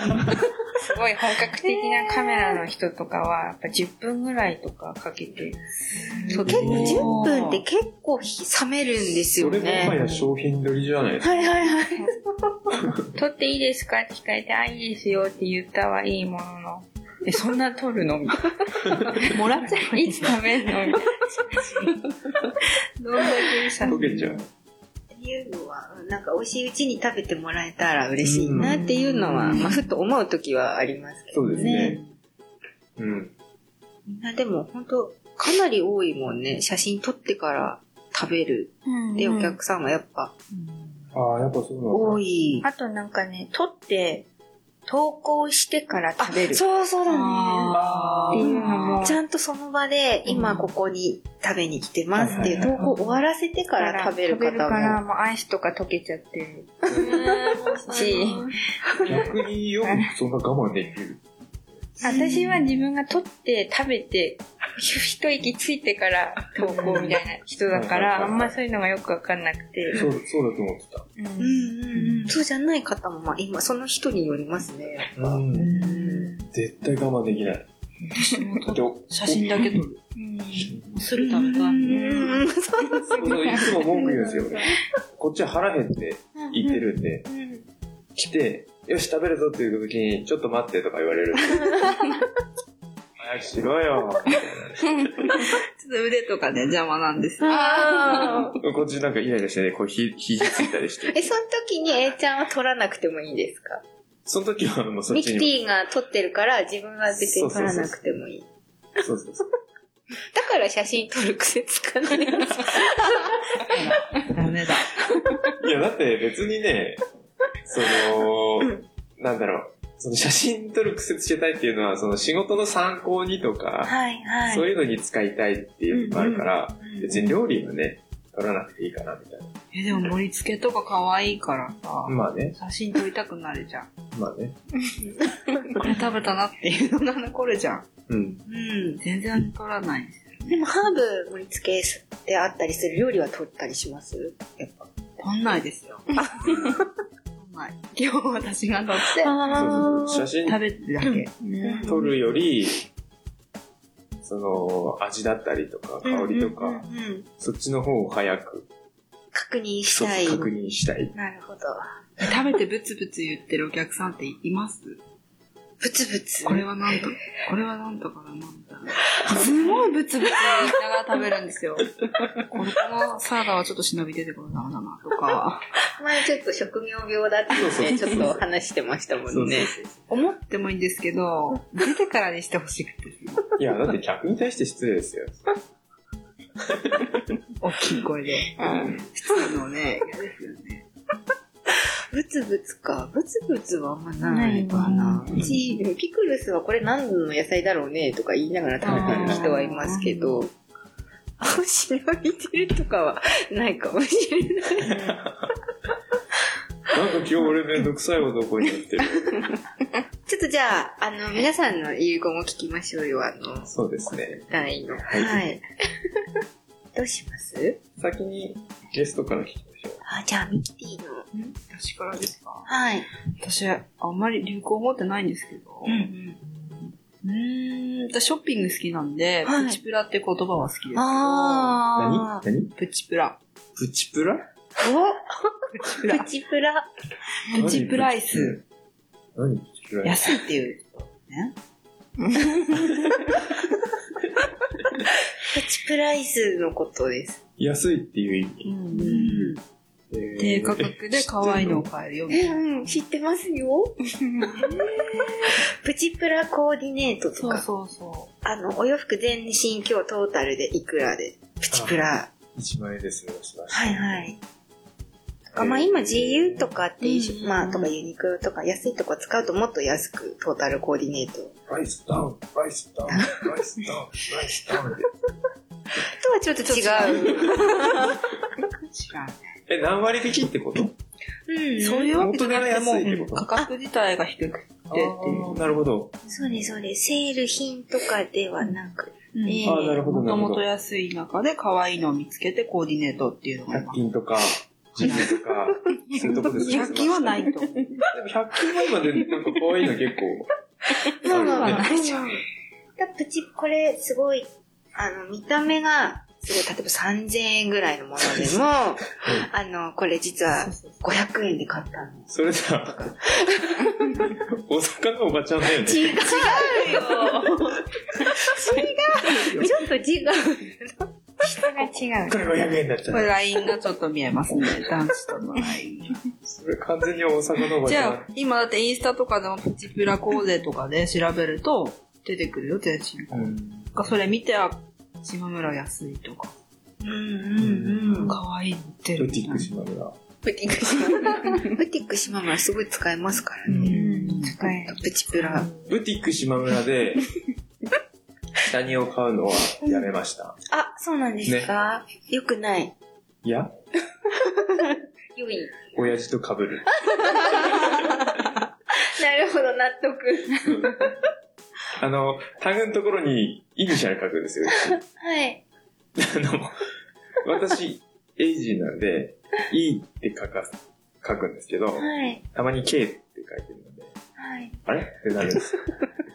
S4: ごい本格的なカメラの人とかは、やっぱ10分ぐらいとかかけて、撮って
S1: 結構
S4: る
S1: 10分って結構冷めるんです
S2: そ
S1: よ
S2: れもは
S1: ね。
S2: や商品撮りじゃないです
S1: は
S2: か。
S1: いはいはい。
S4: 撮っていいですかって聞かれて、あ、いいですよって言ったはいいものの、 え、そんな撮る のみたい
S3: もらっちゃ
S4: な。いつ食べるのみたいな。どんだけさ
S2: 溶けちゃう。
S1: っていうのは、なんか美味しいうちに食べてもらえたら嬉しいなっていうのは、まあふと思う時はありますけど
S2: そうですね。
S1: ね
S2: うん。
S1: みんなでも本当かなり多いもんね。写真撮ってから食べるってお客さんはやっぱ
S2: ああ、やっぱそうなのか
S1: 多い。
S4: あとなんかね、撮って、投稿してから食べる。
S1: そうそうだね。
S3: あ
S4: っていうのも
S1: ちゃんとその場で今ここに食べに来てますっていう投稿終わらせてから食べる
S4: 食べる
S1: 方
S4: から、
S1: も。
S4: もうアイスとか溶けちゃってる。し
S1: し、
S2: 逆によくそんな我慢できる。
S4: 私は自分が取って食べて、一息ついてから投稿みたいな人だか
S2: うん
S4: ら、あんまそういうのがよくわかんなく
S2: そ
S4: て。
S2: う、そうだと思ってた。
S4: うん
S1: うんうんうん、そうじゃない方も、まあ、今その人によりますね。
S2: うん。
S3: うん
S2: 絶対我慢できない。
S3: 私も
S2: だ
S3: 撮
S2: っ
S3: ってて、写真だけ撮る。
S4: うん
S3: するためがあ
S1: うん
S3: る
S1: うんうんそう
S2: そういつも文句言うんですよ。こっちは腹減って行ってるんで、来て、よし食べるぞっていう時に、ちょっと待ってとか言われる。早くしろよ。
S3: ちょっと腕とかね、邪魔なんですよ。
S1: あー
S2: こっちなんかイライラしてね、こうひ、肘ついたりして。
S1: え、その時に A ちゃんは撮らなくてもいいんですか
S2: その時はもうそっ
S1: ミ
S2: ち
S1: キ
S2: に。
S1: ティが撮ってるから自分は別に撮らなくてもいい。
S2: そうそうそう。
S1: だから写真撮る癖つかない。
S3: ダメだ。
S2: いや、だって別にね、その、なんだろう、その写真撮る癖つけたいっていうのは、その仕事の参考にとか、
S1: はいは
S2: そういうのに使いたいっていうのがあるから、
S1: ん
S2: 別に料理はね、撮らなくていいかなみたいな。
S3: え、でも盛り付けとか可愛いからさ、
S2: まあね、
S3: 写真撮りたくなるじゃん。
S2: まあね。
S3: これ食べたなっていうのが残るじゃん。
S2: うん。
S1: うん。
S3: 全然撮らないです。
S1: でもハーブ盛り付けであったりする料理は撮ったりしますやっぱ。
S3: 撮んないですよ。撮んない。今日私が撮って、
S2: そうそうそう写
S3: 食
S2: 真
S3: べるだけ。
S2: 撮るより、その、味だったりとか、香りとか、
S1: うんうんうん
S2: そっちの方を早く、
S1: 確認し
S2: そう
S1: たい。
S2: 確認したい。
S1: なるほど。
S3: 食べてブツブツ言ってるお客さんっています
S1: ブツブツ。
S3: これはなんと、これはなんとかだなんだ。すごいブツブツ言いながら食べるんですよ。これこのサラダはちょっと忍び出てこるなだなとか、
S1: 前ちょっと職業病だって言って、ちょっと話してましたもんね。
S3: 思ってもいいんですけど、出てからにしてほしくて、
S2: いや、だって客に対して失礼ですよ。
S3: 大きい声で。普通のね、嫌ですよね。
S1: ブツブツか。ブツブツはあんま
S4: ないかな
S1: うち、ピクルスはこれ何の野菜だろうねとか言いながら食べてる人はいますけど、あ、忍びてるとかはないかもしれない。
S2: なんか今日俺めんどくさい男になってる。
S1: ちょっとじゃあ、あの、皆さんの遺言を聞きましょうよ、あの、
S2: そうですね。
S1: 第の。
S2: はい
S1: はい。どうします
S2: 先にゲストから聞きましょ
S1: あ、じゃあ、ミキティの。
S3: 私からですか
S1: はい。
S3: 私、あんまり流行持ってないんですけど。
S1: ん
S3: うーん、私ショッピング好きなんで、
S1: はい
S3: プチプラって言葉は好きですけ
S1: うん。
S3: ど。
S2: う。
S1: あ
S2: 何
S1: ー。
S2: 何
S3: プチプラ。
S2: プチプラ
S3: プ
S1: おプチプラ。
S3: プチプライス。
S2: 何プチプライス
S3: 安いっていう。ね。
S1: プチプライスのことです。
S2: 安いっていう
S3: う
S2: 意
S3: ん。
S2: 味。
S3: 低価格で可愛いのを買えるよ。
S1: え、うん、知ってますよ。 プチプラコーディネートと
S3: そう
S1: か、
S3: そうそ
S1: あの、お洋服全身今日トータルでいくらで、プチプラ。
S2: 1万円で済みました。
S1: はいはい。か。まあ今 GU とかっていう、
S3: うん
S1: まあとかユニクロとか安いとこ使うともっと安くトータルコーディネート。
S2: ライスダウン、ライスダウン、ライスダウ ン、ライスダウンって。
S1: とはちょっと違う。
S2: え、何割引きってこと
S1: うん。
S3: そう
S1: そう
S3: いうわけじゃなくても
S2: 元が安いってこ
S3: う
S2: と
S3: 価格自体が低くてっていう。
S2: なるほど。
S1: です、そうです。セール品とかではなく
S3: うん
S1: ええ
S2: あーなるほど、
S3: も
S2: な
S3: と
S2: る
S3: も
S2: ほ
S3: と
S2: ど。
S3: 安い中で可愛いのを見つけてコーディネートっていうのが
S2: 100
S3: 今。
S2: 均とか、ジムと か、そういうとこですね
S3: 100均はないと思う。
S2: でも100均は今で、なんか可愛いの結構。
S1: まあまあまあ。
S2: あるよね
S1: だプチ、これすごい、あの、見た目が、すごい、例えば3000円ぐらいのものでも、あの、これ実は500円で買ったの。
S2: それさ、大阪のおばちゃんだよね。
S1: 違う違うちょっと違う。
S4: 質が違う。
S2: これ500円だった
S3: これラインがちょっと見えますね。 男子とのライン。
S2: それ完全に大阪のおば
S3: じ
S2: ちゃ
S3: ゃ
S2: ん
S3: あ。、今だってインスタとかでもプチプラコーデとかで調べると出てくるよ、全身。
S2: うん
S3: かそれ見て、あ、島村安いとか、
S1: うんうんうん。
S3: 可愛いって
S2: ブ
S3: る。
S2: ティック島村。
S1: ブティック島村。ブティック島村すごい使えますから
S3: う
S1: ね。
S3: ん。
S4: 使え
S1: プチプラ。
S2: ブティック島村 で、下着を買うのはやめました。
S1: あ、そうなんですかよくない。
S2: いや、
S4: 良い。
S2: 親父と被る。
S1: なるほど、納得。
S2: うんあの、タグのところにイニシャル書くんですよ。
S1: はい。
S2: あの、私、エイジーなんで、E って書か、書くんですけど、
S1: はい。
S2: たまに K って書いてるので、
S1: はい。
S2: あれってなるんです。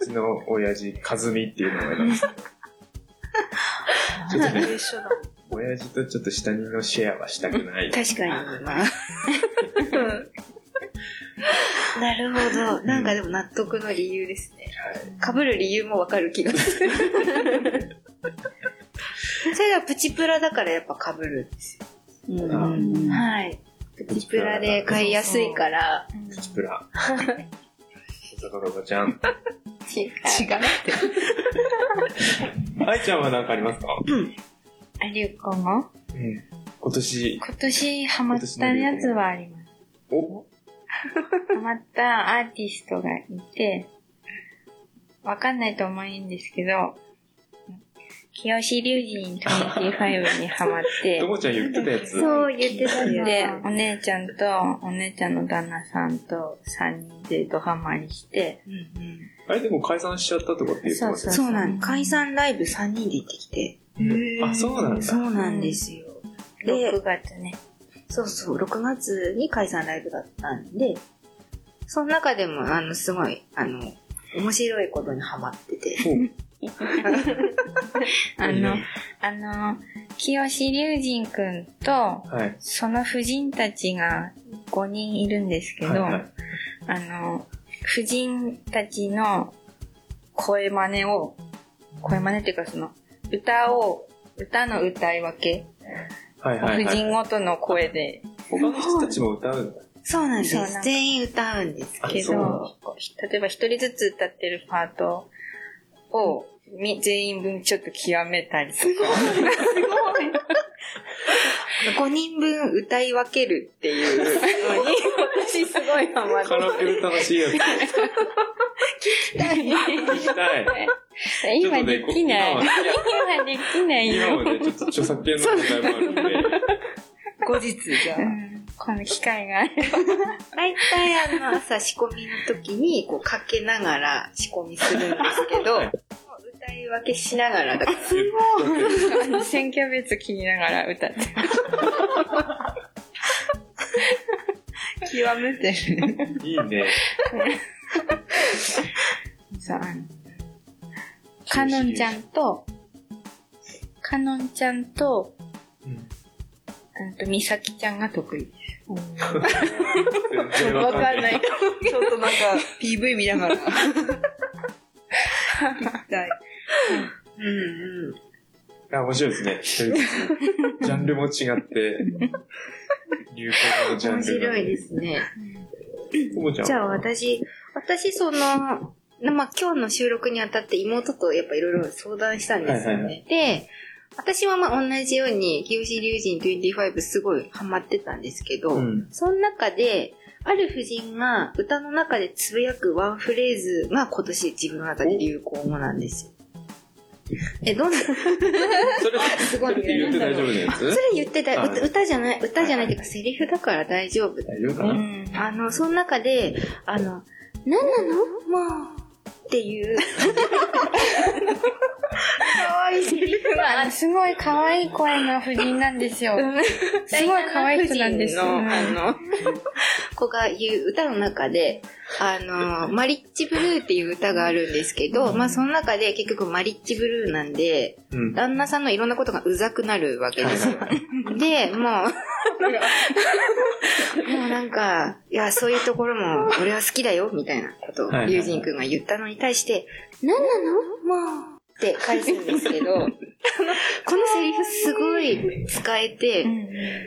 S2: うちの親父、カズミっていう名前なんですけど、
S3: ちょっと一緒だ。
S2: 親父とちょっと下着のシェアはしたくない。
S1: 確かに。まあ なるほど。なんかでも納得の理由ですね。
S2: はい
S1: 被る理由もわかる気がする。 それがプチプラだからやっぱ被るんですよ。
S3: うん。
S1: はい。プチプラで買いやすいから。
S2: プチプラ。大阪のおばちゃん。
S1: 違う。
S3: 違うって。
S2: 愛ちゃんは何かありますか
S4: あ、流行も
S2: うん。今年、
S4: 今年ハマったやつはあります。
S2: お
S4: ハマったアーティストがいて、わかんないと思うんですけど、清志隆人25にハマって
S2: と、もちゃん言ってたやつ。
S4: そう言ってたんで
S1: う、ん
S4: お姉ちゃんと、お姉ちゃんの旦那さんと3人でドハマりして、
S1: うんうん
S2: あれでも解散しちゃったとかって言ってましたよ
S1: そうなん解散ライブ3人で行ってきて。
S2: うんあ、そうなん
S1: そ
S2: だ。
S1: うなんですよ。で
S4: 6、月ね。
S1: そうそう、6月に解散ライブだったんで、その中でも、あの、すごい、あの、面白いことにハマってて。
S4: あの、あの、清志隆人くんと、
S2: はい。
S4: その夫人たちが5人いるんですけど、
S2: はいはい
S4: あの、夫人たちの声真似を、声真似っていうかその、歌を、歌の歌い分け、
S2: はいはい
S4: 夫
S2: はい。
S4: 人ごとの声で、
S2: 他の人たちも歌うんだ。
S1: そうなんです
S4: そうなん。です
S1: 全員歌うんですけ
S4: け
S2: そうなん
S4: ど、例えば一人ずつ歌ってるパートを、み全員分ちょっと極めたりと
S1: ど、5人分歌い分けるっていうのに、私すごいハマっ
S2: カラオケで楽しいやつ。
S4: か。
S2: 聞きたい。
S4: 今できない。
S2: ちょっとね
S4: 今できない
S2: 今
S4: よ
S2: は。ね、ちょっと著作権の問題もあるんで。
S3: 後日じゃ
S4: う
S3: あ。
S4: んこの機会がある。
S1: 大体あの朝仕込みの時にこうかけながら仕込みするんですけ ど、歌い分けしながらだから
S2: すごい。
S4: 選挙別聞きながら歌って。
S3: 極めてるね。
S2: いいね。
S4: さあ、あのかのんちゃんと、かのんちゃんと、
S2: うん。
S4: あと、みさきちゃんが得意です。
S2: 全然わかんない。
S3: い。ちょっ となんか PV 見な がら。聞きたい。
S1: うんうん。
S2: あ、面白いですね。一人ずつジャンルも違って。流行のジャン
S1: 面
S2: ル。
S1: 白いで。すね。
S2: ともちゃんは。
S1: じゃあ私、私その、まあ、今日の収録にあたって妹とやっぱいろいろ相談したんですよね。
S2: はいはいは
S1: で、私はまあ同じように、清志龍神25すごいハマってたんですけど、
S2: うん。
S1: その中で、ある夫人が歌の中でつぶやくワンフレーズが今年自分の中で流行語なんですよ。え、どんな、それ
S2: それ、
S4: す
S2: そ
S4: ごい
S2: れって言って大丈夫なやつ
S1: 言って た、う歌じゃない、歌じゃないっていうかセリフだから大丈夫
S2: 大丈夫か
S4: う
S2: な、
S4: ん。
S1: あの、その中で、あの、何なのもう、っていう。かわいい。
S4: あのすごい可愛い声の夫人なんですよ。すごい可愛い人なんです。
S1: ダイアナ
S4: うん
S1: 夫人の、あの、子が言う歌の中で、あの、マリッジブルーっていう歌があるんですけど、まあその中で結局マリッジブルーなんで、
S2: うん。
S1: 旦那さんのいろんなことがうざくなるわけですよ。 で、もう、 もうなんか、いや、そういうところも俺は好きだよ、みたいなことを
S2: はい、はい
S1: 友人くんが言ったのに対して、何なのもう、って返すんですけ ど、あのこのセリフすごい使えて、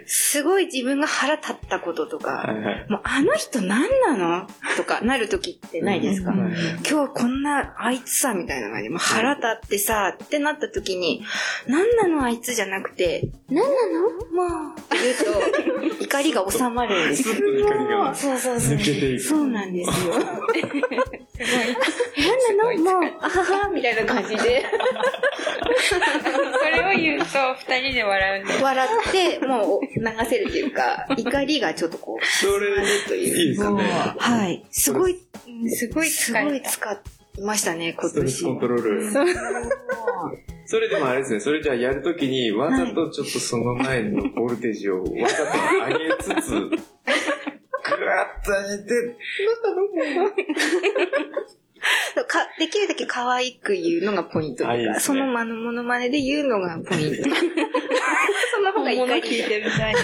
S1: すごい自分が腹立ったことと
S2: は
S1: か、
S2: いはい。
S1: もうあの人何なのとかなる時ってないですか、
S2: はいはい
S1: 今日こんなあいつさみたいな感じもう腹立ってさってなった時に何なのあいつじゃなくて何なのまあって言 うと怒りが収まるんです
S2: スッと怒りが
S1: そうそうそう
S2: 抜けていく。
S1: そうなんですよ
S4: すご
S1: 何
S4: い
S1: なのもうあははみたいな感じで
S4: それを言うと二人で笑うんで。
S1: 笑ってもう流せるというか怒りがちょっとこう
S2: それ、いいですね。
S1: はいすごい
S4: うんすごい
S1: す
S4: 疲
S1: ご
S4: れ
S1: い
S4: た。
S1: 使いましたね今
S2: ストレスコン
S1: 年
S2: トロール。それでもあれですね、それじゃあやるときに、わざとちょっとその前のボルテージをわざと上げつつ、ぐわっと上げて、
S1: かできるだけ可愛く言うのがポイントとか
S2: あいいですね
S1: その間のモノマネで言うのがポイ ントその方が怒り
S4: いてみたい。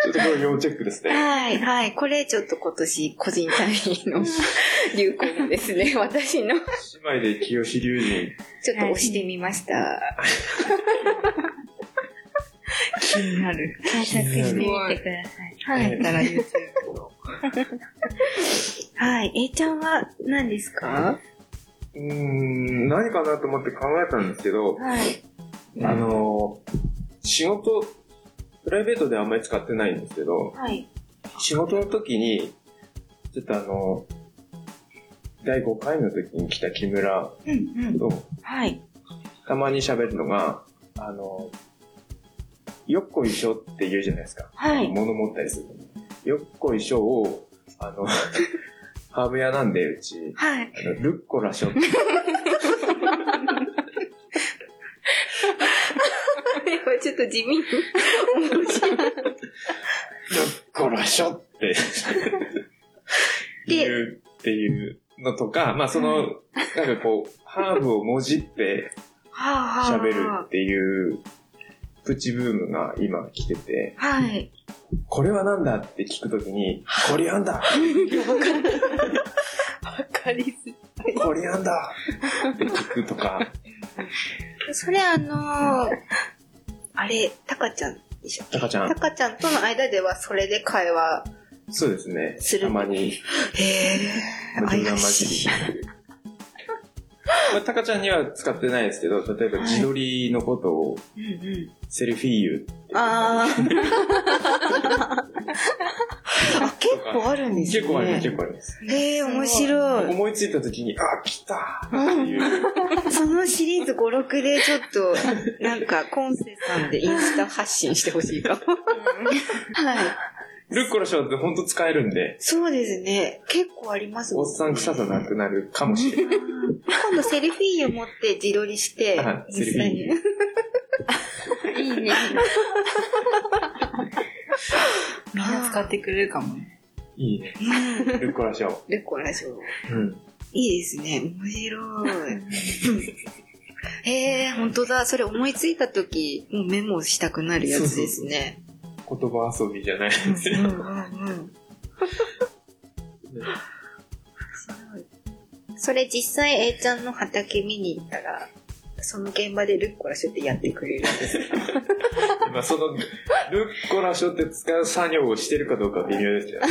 S2: ちょっとこれ要チェックですね。
S1: はい、はい。これちょっと今年個人単位の流行語です ね。私の。
S2: 姉妹で清志龍神、
S1: ちょっと押してみました。
S3: 気になる。
S4: 検索してみてくださ
S1: は
S4: い。
S2: え
S1: い
S2: ー。
S3: たら YouTube を。
S1: はい。えいちゃんは何ですか
S2: うーん、何かなと思って考えたんですけど、
S1: はい。
S2: あのー、仕事、プライベートではあんまり使ってないんですけど、
S1: はい。
S2: 仕事の時に、ちょっとあのー、第5回の時に来た木村
S1: うんうん。
S2: と、
S1: はい。
S2: たまに喋るのが、あの、よっこいしょって言うじゃないですか。
S1: はい。
S2: 物持ったりするのに。よっこいしょを、あの、 ハーブ屋なんで、うち、
S1: はい。
S2: あのルッコラ しょって。
S1: これちょっと地味に。
S2: ルッコラしょって。言うっていうのとか、まあその、なんかこう、ハーブをもじって
S1: はあは
S2: 喋るっていう、プチブームが今来てて、
S1: はい。
S2: これはなんだって聞くとき に、コリアンダー
S3: わかりづ
S2: コリアンダーって聞くとか、
S1: それあのー、あれ、たかちゃんでしょ
S2: タカちゃ
S1: た
S2: ん、
S1: かちゃんとの間ではそれで会話。
S2: そうですね
S1: す、る
S2: たまに、
S1: へえ。
S2: 無人が
S1: 怪
S2: 混
S1: しい
S2: じり。まあ、タカちゃんには使ってないですけど、例えば
S1: はい
S2: 自撮りのことを、
S1: うんうん。
S2: セルフィーユ、
S1: あーあ。結構あるんですね。
S2: 結構あります、結構あります。
S1: へえ、面白い。
S2: 思いついた時に、あ、来たっ ていう、
S1: そのシリーズ5、6でちょっと、なんか、コンセさんでインスタ発信してほしいかも。はい。
S2: ルッコラショーってほんと使えるんで、
S1: そうですね。結構ありますも
S2: お
S1: ん
S2: っさん臭さなくなるかも しれない。
S1: 今度セルフィーを持って自撮りして
S2: は、い
S1: インスタに
S2: セ
S4: いいね。
S3: みんな使ってくれるかもね。
S2: いいね。ルッコラショー。
S1: で、これそう。
S2: うん。
S1: いいですね。面白 い。へえ、本当だ。それ思いついた時、もうメモしたくなるやつですね。
S2: 言葉遊びじゃない です
S1: うん
S2: よ。
S1: うんうん。それ実際 A ちゃんの畑見に行ったら、その現場でルッコラしょってやってくれるんですか
S2: まあ、その、ルッコラショって使う作業をしてるかどうかは微妙ですよね。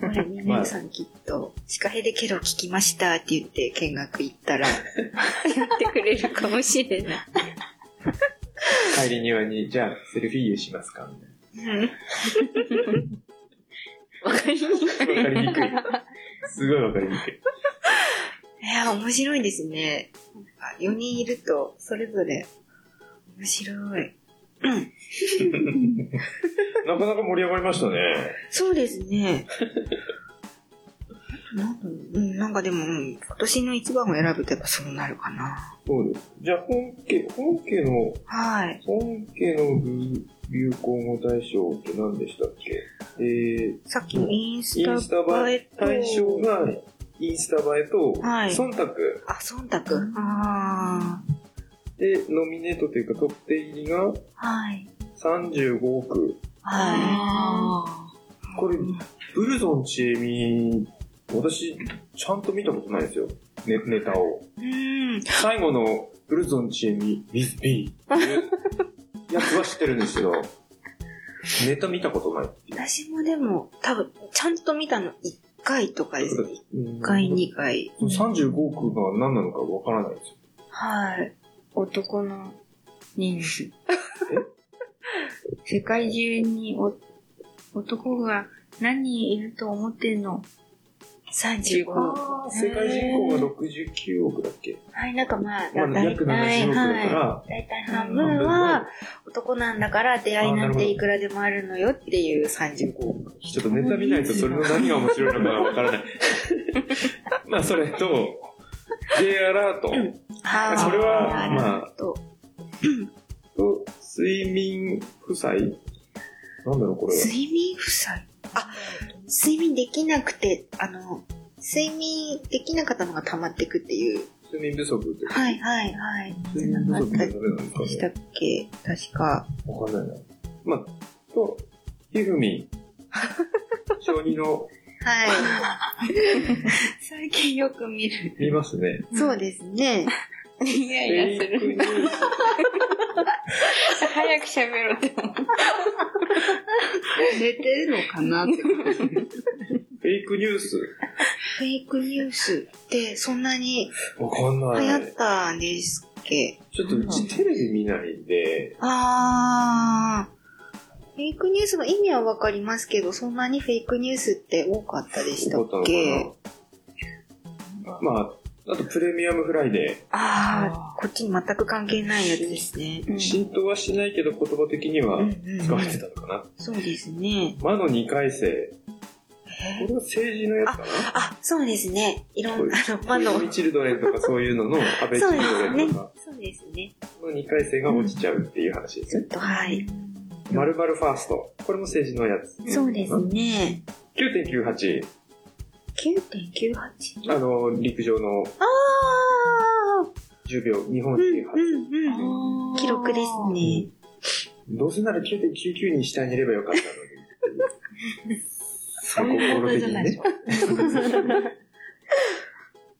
S1: これ皆さんきっと、鹿ヘデケロ聞きましたって言って見学行ったら、 やってくれるかもしれ ない。
S2: 帰り際に、じゃあ、セルフィーユしますかみたいな。
S1: わかりにく い。
S2: わかりにくい。すごいわかりにくい。
S1: いや、面白いですね。4人いると、それぞれ、面白い。
S2: なかなか盛り上がりましたね。
S1: そうですね。なんだろううん、なんかでも、うん今年の一番を選ぶとやっぱそうなるかな。
S2: そうです。じゃあ、本家、本家の、
S1: はい。
S2: 本家の流流行語大賞って何でしたっけえ
S1: さっきのインス
S2: ー、インスタ
S1: タ
S2: 映
S1: 映
S2: え
S1: えと、
S2: 大賞が、インスタ映えと、
S1: はい
S2: 忖度
S1: あ、忖度。あ
S2: で、ノミネートというか、特定入りが
S1: あ、はい。
S2: 35億。
S1: は
S3: あ
S2: これ、ブルゾンちえみ、私、ちゃんと見たことないですよ。ね、ネタを。
S1: い。うん。
S2: 最後のブルゾンちえみ with B っていうやつは知ってるんですけど、ネタ見たことないっていう。
S1: 私もでも、多分、ちゃんと見たの1回とかですね。
S2: うん
S1: 1回、2回。
S2: この35億が何なのかわからないんですよ。
S1: はい。
S4: 男の人数。世界中にお男が何人いると思ってんの
S1: 35。
S2: あー世界人口が69億だっけ
S1: はい、なんかまあ、
S2: まあ
S1: だい
S2: 約70億だから
S1: たい、はい。だいたい半分は、男なんだから出会いなんていくらでもあるのよっていう35億。
S2: ちょっとネタ見ないとそれの何が面白いのかわからない。まあ、それと、J アラート
S1: はい。
S2: それは
S1: な
S2: ま
S1: る
S2: あ
S1: ほど。
S2: と、睡眠負債なんだろう、これは。
S1: 睡眠負債あ、睡眠できなくて、あの、睡眠できなかったのが溜まってくっていう。
S2: 睡眠不足って。
S1: はい、はい、はい。
S2: 睡眠不足ってダメなんです
S1: し
S2: か
S1: た
S2: ね
S1: っけ確か。
S2: わかんないな。まあ、と、ひふみん。小児の、
S1: は
S4: 最近よく見る。
S2: 見ますね。
S1: い。 そうですね。
S2: フ
S4: いやい
S2: ェ
S4: や
S2: イ
S4: す
S2: ク
S4: る。
S2: ニュース。
S4: 早く喋ろうって思う。
S3: ー寝てるのかなって。
S2: フェイクニュース。
S1: フェイクニュースってそんなに
S2: わかん
S1: 流
S2: な
S1: 行っ
S2: い。
S1: たんですっけ
S2: ちょっとうちテレビ見ないんで、
S1: あー。フェイクニュースの意味はわかりますけど、そんなにフェイクニュースって多かったでしたっ
S2: 怒ったの
S1: け
S2: かな。まあ、あとプレミアムフライデ
S1: あー、こっちに全く関係ないやつですね。
S2: ー。浸透はしないけど言葉的には
S1: うんうんうん
S2: 使われてたのかな。
S1: そうですね。
S2: 魔の2回生。こ
S1: えー
S2: れは政治のやつかな
S1: あ、そうですね。いろんな、あの、
S2: マ
S1: 魔の、
S2: ノミチルドレンとかそういうの の、安倍チルドレンとか
S1: そうですね。
S2: の2回生が落ちちゃうっていう話です
S1: ちょっ
S2: ね。
S1: と、はい。
S2: まるまるファースト。これも政治のやつ。
S1: そうですね。
S2: 9.98。
S1: 9.98?
S2: あの、陸上の
S1: あ
S2: 10秒、日本
S1: ーう
S2: 人初。
S1: ん、うん、うん。記録ですね。
S2: どうせなら9.99に下にいればよかったのに。そういう ことじゃないでしょ。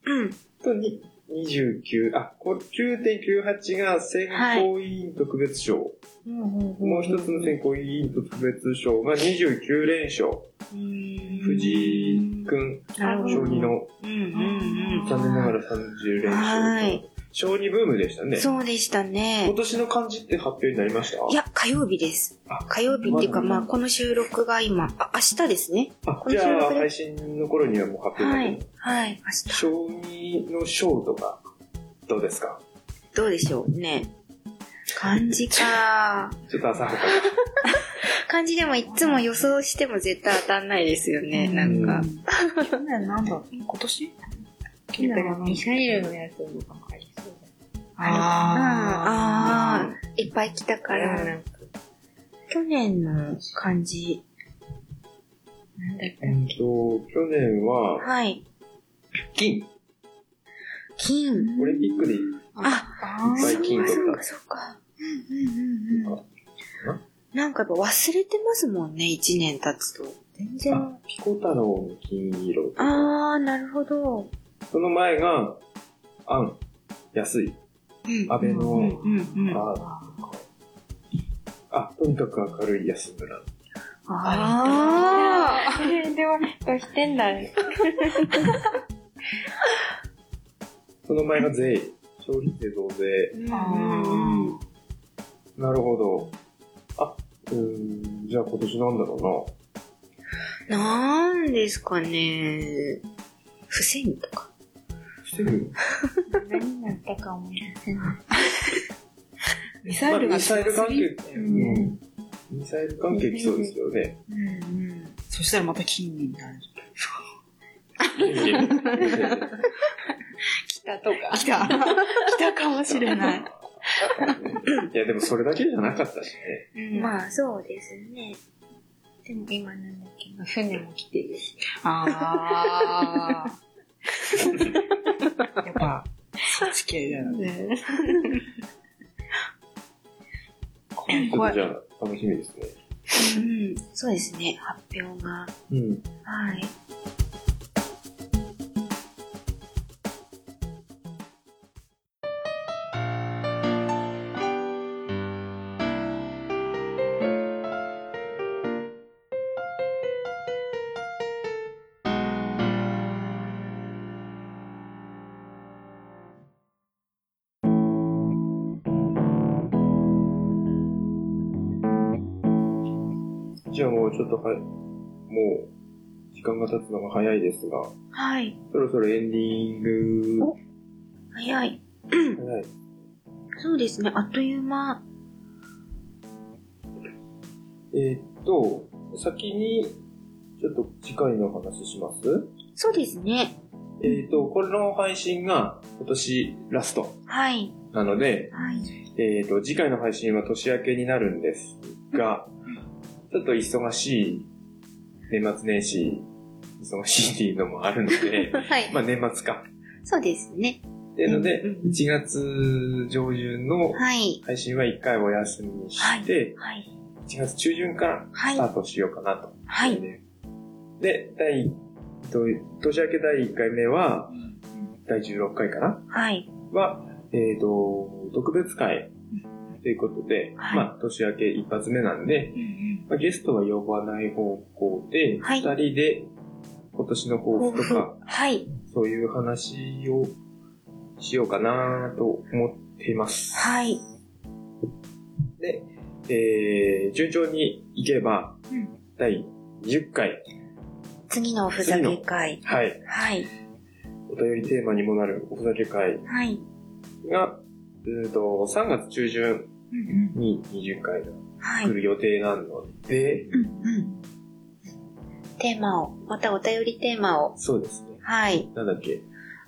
S1: うん。
S2: とに29、あ、これ9.98が選考委員特別賞。もう一つの選考委員特別賞が29連勝。藤井くん、
S1: なるほど
S2: 将棋の
S1: うんうん
S2: 残念ながら30連
S1: は
S2: 勝
S1: い。
S2: 将棋ブームでした
S1: うん。
S2: ね。
S1: そうでした
S2: 今
S1: ね。
S2: 年の漢字って発表になりました
S1: いや、火曜日です
S2: あ。
S1: 火曜日っていうか、
S2: ま
S1: ま
S2: だ
S1: あ、この収録が今、あ、明日ですね。
S2: あ
S1: 今
S2: じ
S1: 週
S2: ゃあ
S1: の
S2: 配信の頃にはもう発表になっ
S1: は
S2: てる、
S1: い。はい。明日。
S2: 将棋の賞とか、どうですか
S1: どうでしょうね。漢字か。
S2: ちょっと浅はか
S1: 漢字でもいっつも予想しても絶対当たんないですよね、なんか。
S3: 去年なんだ今年聞いたよ
S4: ミサイルのやつとかもありそう
S1: ああ、いっぱい来たか
S4: だから、な
S1: ら。
S4: んか、
S1: 去年の漢字。
S4: なんだっ
S2: な。うんと、去年は、
S1: はい。
S2: 金。
S1: 金。
S2: オリンピックでいっ
S1: あ、
S2: ぱい
S1: そう
S2: 金
S1: か
S2: 取
S1: そう
S2: っ
S1: かそうか。うんうんうんうん
S2: あ。
S1: なんかやっぱ忘れてますもんね、一年経つと。全
S2: た。
S1: 然。
S2: あピコ太郎の金色。
S1: あー、なるほど。
S2: その前が、あん、安い。
S1: うん。
S2: 安倍
S1: う
S2: の
S1: ん、うんうん。
S2: ああ、とにかく明るい安村。
S1: あ
S4: けでも、どうしてんだろう
S2: その前が税。消費税増税。
S3: うん
S2: なるほど。あ、うーん、じゃあ今年なんだろ
S1: なんですかね。不正義とか。
S2: うな。してる
S4: 何だったか思い出せない。
S3: ミサイ
S2: ま
S3: ル
S2: あ
S3: が
S2: ミサイル関係、う
S4: うん
S2: ん。ミサイル関係来そうですよね。
S3: そしたらまた金になる。
S4: 来たとか。
S3: 来 た。来たかもしれない。
S2: いや、でもそれだけじゃなかったしね。
S4: まあ、
S1: まあ、そうですね。
S4: でも今なんだっけな、船も来てるし。
S3: ああ。やっぱ、そっち系だよね。怖い
S2: ちょっ
S3: 怖
S2: とじゃあ、楽
S3: い。
S2: しみですね。
S1: うん、そうですね。発表が。
S2: うん。
S1: はい。
S2: じゃあもうちょっとは、もう、時間が経つのが早いですが、
S1: はい。
S2: そろそろエンディング。
S1: 早い。
S2: 早い。
S1: そうですね。あっという間。
S2: えーっと、先に、ちょっと次回の話します
S1: そうですね。
S2: えーっと、これの配信が今年ラスト
S1: はい。
S2: なので、
S1: はい。、
S2: えー、と、次回の配信は年明けになるんですが、ちょっと忙しい、年末年始、忙しいっていうのもあるの で
S1: はい。
S2: まあ年末か。
S1: そうですね。
S2: っていうので
S1: うん、うん
S2: 1月上旬の
S1: はい。
S2: 配信は1回お休みにして、
S1: はい。
S2: 1月中旬から
S1: は
S2: ス
S1: い
S2: タ。ートしようかなと。
S1: はい。
S2: で、第、と年明け第1回目は、第16回かな
S1: はい。
S2: は、えー、と、特別会ということで、
S1: はい
S2: まあ、年明け一発目なんで、まあ、ゲストは呼ばない方向で、
S1: はい
S2: 二人で今年の抱負とか、
S1: はい。
S2: そういう話をしようかなと思っています。
S1: はい。
S2: で、えー、順調にいけば、
S1: うん
S2: 第20回、
S1: 次のおふざけ会。
S2: はい、
S1: はい。
S2: お便りテーマにもなるおふざけ会
S1: はい。
S2: が、うーんと、3月中旬
S1: うん
S2: に20回が
S1: うん。はい
S2: 来。る予定なので、
S1: うんうん。テーマを、またお便りテーマを。
S2: そうですね。
S1: はい。
S2: なんだっけ、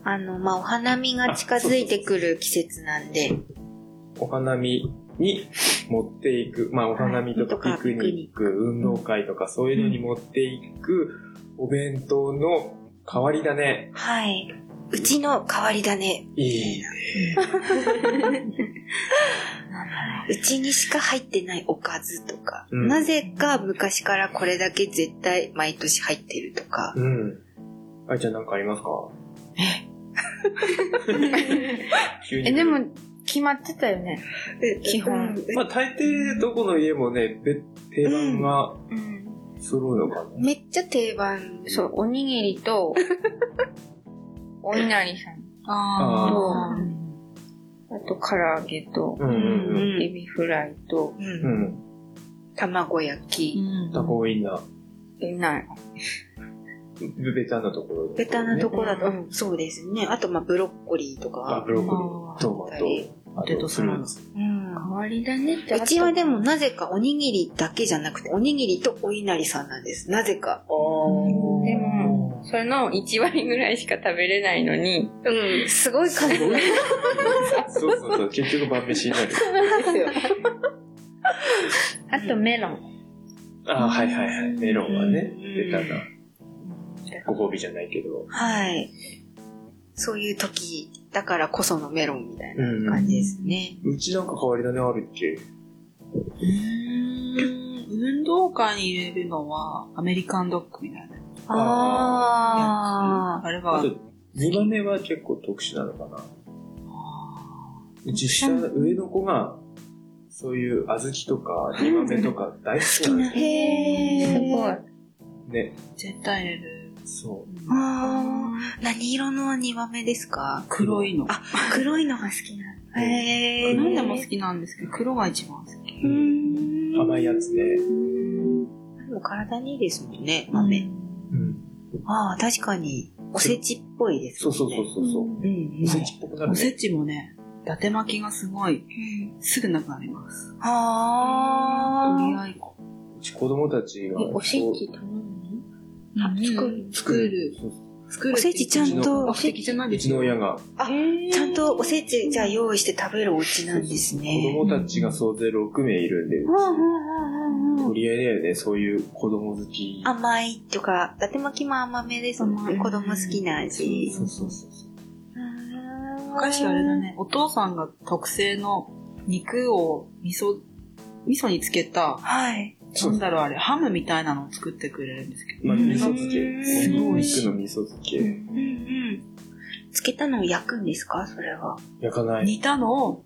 S1: あの、まあ、お花見が近づいてくる季節なんで。
S2: お花見に持っていく、まあお花見と
S1: はい
S2: かピクニック、運動会とかそういうのに持っていくお弁当の代わりだね。
S1: はい。うちの代わりだね。
S2: いいね。
S1: うちにしか入ってないおかずとか。
S2: うん
S1: なぜか昔からこれだけ絶対毎年入ってるとか。
S2: うん。あいちゃんなんかありますか急に
S4: え、でも、決まってたよね。基本
S1: うん
S2: まあ大抵どこの家もね、べ定番が
S4: うん。
S2: 揃うのかな。
S1: めっちゃ定番。
S4: そう、おにぎり と、お稲荷さん
S3: あ
S4: と、あと唐揚げと、
S2: うんうんうん。
S4: エビフライと、
S1: う。
S2: うんん。
S1: 卵焼き。
S3: あ。
S2: タコウインナー。
S4: いない。
S2: ベベタなところ、
S1: ベタなとこだと、
S4: うん
S1: そうですね。あと、まあ、ブロッコリーと
S2: あ、
S1: か。
S2: ブロッコ
S3: あ
S2: リー、トマト、あ
S3: デト
S2: と
S3: ス
S2: フ
S3: ラ
S2: ル
S3: ン
S2: ー
S3: ス
S2: ツ。
S1: うん
S4: 代わりだねってあった
S1: うちはでも、なぜかおにぎりだけじゃなくて、おにぎりとお稲荷さんなんです。なぜか。
S2: あー
S4: でも、それの1割ぐらいしか食べれないのに、
S1: うん。すごい数。
S2: そうそうそう、結局晩飯になる。
S4: あとメロン。
S2: ああ、はいはいはい。メロンはね、
S1: うん
S2: 出たな。ご褒美じゃないけど。
S1: はい。そういう時だからこそのメロンみたい
S2: うん
S1: な感じですね。
S2: うちなんか変わり種あるっけ
S3: うーん運動会に入れるのは、アメリカンドッグみたいなや
S1: あ
S3: つ。あれ
S2: あ
S3: は
S2: と、、2番目は結構特殊なのかな。
S3: あ
S2: うち下、上の子が、そういう小豆とか、2番目とか大好きなの
S1: あ。へ
S4: すごい。
S2: ね。
S3: ー絶対入れる。
S2: そう。
S1: あー何色のアニマメですか
S3: 黒いの。
S1: あ黒いのが好きなの。へー。
S3: 何でも好きなんですけど、黒が一番好き。
S1: うーん。
S2: 甘いやつね。
S1: でも体にいいですもんね、豆。
S2: うん。
S1: ああ、確かに、おせちっぽいですも
S2: そうん
S1: ね。
S2: そうそうそうそう。
S1: うんうん。
S2: おせちっぽくなる
S3: お
S2: ね。
S3: せちもね、伊達巻きがすごい、すぐなくなります。
S1: あ
S3: 折り
S1: あ。
S3: 合い粉。
S2: うち子供たちが。
S4: おせち
S2: こ
S4: 頼む
S3: あ
S4: の
S3: 作
S4: る
S2: う
S3: 作る。
S2: そう
S3: 作る。
S1: おせちちゃんと
S3: 目的じゃないう
S2: ちの親が、子
S1: あ、ちゃんとおせちじゃあ用意して食べるお家なんですね。
S2: 供たちが総勢6名いるんで、取り合いだよね、そういう子供好き。
S1: 甘いとか、伊達巻きも甘めですもん
S3: 甘
S1: ね。
S3: い
S1: 子供好きな味。
S2: そうそうそうそう。
S3: 昔あれだね、お父さんが特製の肉を味噌、味噌につけた、
S1: はい。
S3: なんだろうあれ、ハムみたいなのを作ってくれるんですけど。
S2: まあ、味噌
S3: それが
S2: 漬け。
S1: す
S2: お
S3: ごい
S2: 肉の味噌漬け。
S1: うんうん。つけたのを焼くんですかそれは。
S2: 焼かない。
S3: 煮たのを、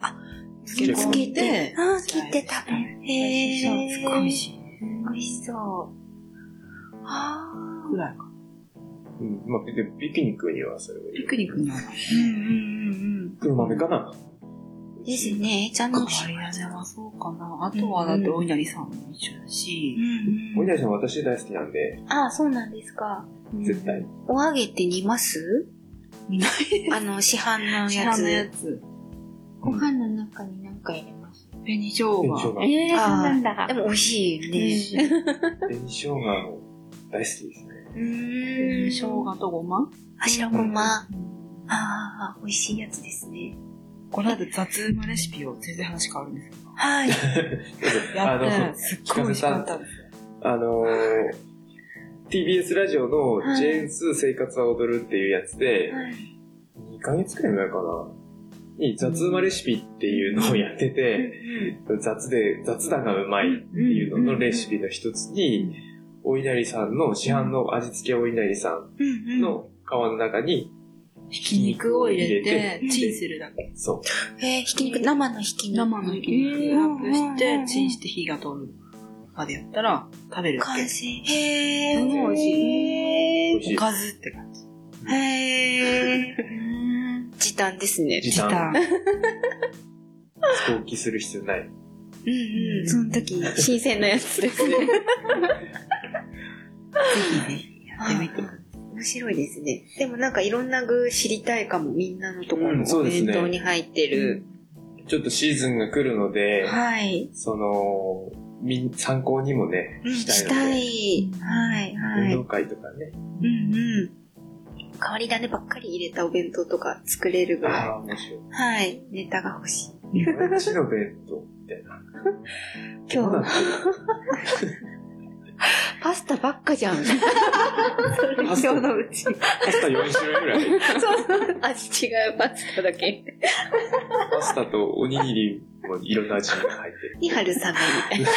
S3: つけ
S2: つ
S3: 込
S2: け
S3: んで、
S1: ああ、切って食べる。へ
S3: そう
S1: え。
S3: すごい美味しい。
S1: 美味しそう。ああ。
S3: ぐらいかな。
S2: うん。まあ、ピピクニックにはそれがい
S3: ピ
S2: い。
S3: クニックになる。
S1: うんうんうん
S2: 黒豆かな
S1: うん。ですね。えちゃん
S3: 変
S1: の
S3: わり種はそうかな。あとはだって、お稲荷さんも一緒だし
S1: う、ん
S2: お
S1: う
S2: 稲荷さん私大好きなんで、
S1: ん。ああ、そうなんですか。
S2: 絶対。
S1: お揚げって煮ます
S3: 見ない
S1: あの、市販の
S3: 市
S1: や
S3: 販のや
S1: つ。
S3: つ。
S4: ご飯の中に何か入れます
S3: 紅生姜。
S2: 紅生姜。
S4: ええ、そうなんだ。
S1: でも美味しいよ
S3: 美味
S1: ね。
S3: しい
S2: 紅生姜も大好きですね。
S1: うーん。
S3: 生姜とごま。
S1: 柱ごま。ああ、美味しいやつですね。
S3: この間雑馬レシピを全然話変わるんですけど。
S1: はい。
S3: やっ
S2: あ
S3: て、
S2: の
S3: すっごい美味しかったんですよ。
S2: あのー、TBS ラジオ
S1: は
S2: の
S1: い
S2: ジェーンスー生活は踊るっていうやつで、
S1: はい
S2: 2ヶ月くらい前かな、に雑馬レシピっていうのをやってて、雑で、雑だがうまいっていうののレシピの一つに、お稲荷さんの市販の味付けお稲荷さん
S1: うんうん。
S2: の皮の中に、
S3: ひき肉を入れて
S2: う、ん
S3: チンするだけ。
S2: そう、
S1: えー、ひき肉、生のひき肉。
S3: 生のひき肉をラップし
S1: うんうんうんう
S3: て、
S1: ん
S3: チンして火が通るまでやったら、食べるだ
S1: 完
S3: け。
S1: 成。へえ。
S3: すごい美味し
S1: い
S2: 美味し
S3: お
S2: い。
S3: かずって感じ。
S1: へえ。時短ですね。
S2: 時
S3: 時短
S2: 短。。放棄する必要ない。
S1: うんうん。その時、新鮮なやつですね。
S3: ぜひぜひやってみて。
S1: 面白いですね。でもなんかいろんな具知りたいかも。みんなのところ
S2: う
S1: の
S2: んそ
S1: お
S2: うです
S1: 弁
S2: ね
S1: 当に入ってる。
S2: ちょっとシーズンが来るので、
S1: はい。
S2: その、み参考にもね、
S1: うん、
S2: し
S1: したた
S2: い
S1: い。はい、
S2: の
S1: はい。う
S2: で、運
S1: ん
S2: 動会とかね。
S1: うん。変わり種ばっかり入れたお弁当とか作れるぐらい。
S2: ああ、面白い。
S1: はい。ネタが欲しい。
S2: 毎日の弁当みたいな。
S1: 今
S2: どうな
S1: 日、
S2: って
S1: パスタばっかじゃん。それ今日のうち。そう
S2: るパスタ4種類ぐらい。
S1: そう。味違うパスタだけ。
S2: パスタとおにぎりもいろんな味が入ってる。
S1: に春雨みた いな。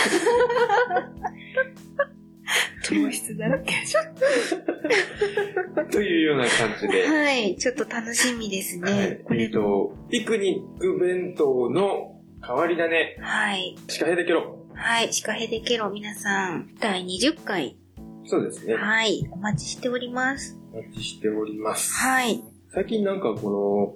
S3: 糖質だらけ。
S2: というような感じで。
S1: はい。ちょっと楽しみですね。こ
S2: はい、えっ
S1: れ、
S2: と、ピクニック弁当の変わり種、ね、
S1: はい。
S2: 鹿ヘデケロ。
S1: はい。シカヘデケロ皆さん、第20回。
S2: そうですね。
S1: はい。お待ちしております。
S2: お待ちしております。
S1: はい。
S2: 最近なんかこ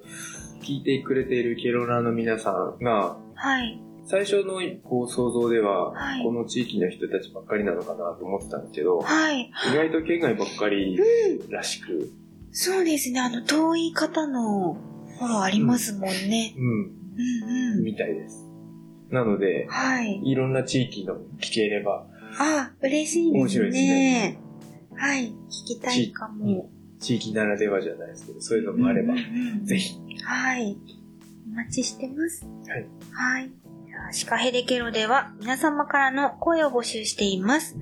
S2: の、聞いてくれているケロナーの皆さんが、
S1: はい。
S2: 最初の一個想像では、
S1: はい
S2: この地域の人たちばっかりなのかなと思ってたんですけど、
S1: はい。
S2: 意外と県外ばっかりらしく、
S1: そうですね。あの、遠い方のフォローありますもんね。
S2: うん、
S1: うんうん。
S2: みたいです。なので、
S1: はい。
S2: いろんな地域の聞ければ、
S1: あ、嬉しいで
S2: 面
S1: す
S2: 白いです
S1: ね
S2: ね。
S1: はい。聞きたいかも。
S2: 地域ならではじゃないですけど、そういうのもあれば
S1: うん、うん
S2: ぜひ。
S1: はい。お待ちしてます。
S2: はい。
S1: はい。じゃあシカヘデケロでは皆様からの声を募集しています。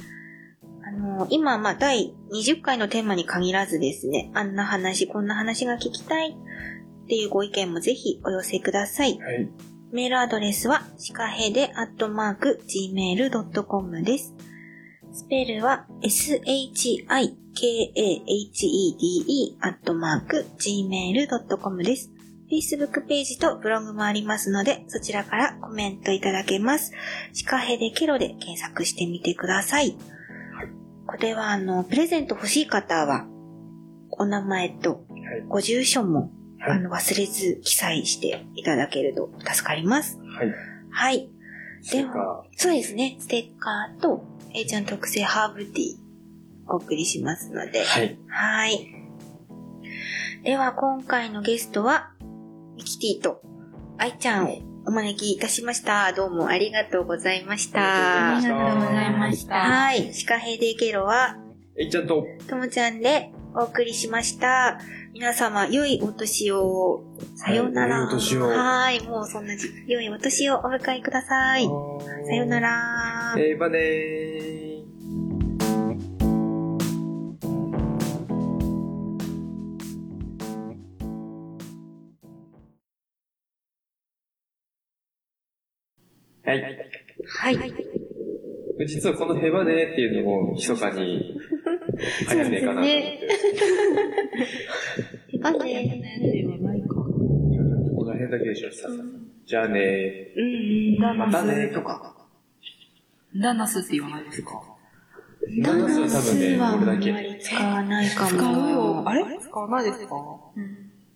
S1: あの、今、まあ、第20回のテーマに限らずですね、あんな話、こんな話が聞きたいっていうご意見もぜひお寄せください。
S2: はい。
S1: メールアドレスは、シカヘデアットマーク gmail.com です。スペルは、s-h-i-k-a-h-e-d-e アットマーク gmail.com です。Facebook ページとブログもありますので、そちらからコメントいただけます。シカヘデケロで検索してみてください。これは、あの、プレゼント欲しい方は、お名前と
S2: い、
S1: ご住所も、
S2: はい
S1: あの、忘れず記載していただけると助かります。
S2: はい。
S1: はい。
S2: そっか。
S1: そうですね。ステッカーと、えいちゃん特製ハーブティー、お送りしますので。
S2: はい。
S1: はい。では、今回のゲストは、ミキティと愛ちゃんをお招きいたしました。どうもありがとうございまし
S2: あ
S1: た
S2: り。がとうございま
S4: した
S1: はい。シカヘイデイケロは、
S2: えいちゃんと、
S1: ともちゃんでお送りしました。皆様、良いお年を。さようなら。
S2: はい良いお年を
S1: はい。もうそんな時期。良いお年をお迎えください。さような。ら。
S2: えー、ばねー。はい。
S1: はい。
S2: 実はこのヘバネっていうのも、密 かに、流行んねえかなと思って。
S1: またね。
S2: この辺だけでしょ、さっさとじゃあねー。
S1: うん。
S3: ダ
S2: ま
S3: ナ
S2: たね
S3: スとか。ダナスって言わないですか
S1: ダンス
S2: 多分ね、
S1: はあん
S2: 俺だ
S1: ま
S2: け。
S1: り使わないかも。
S3: 使うよ。あれ使わないですか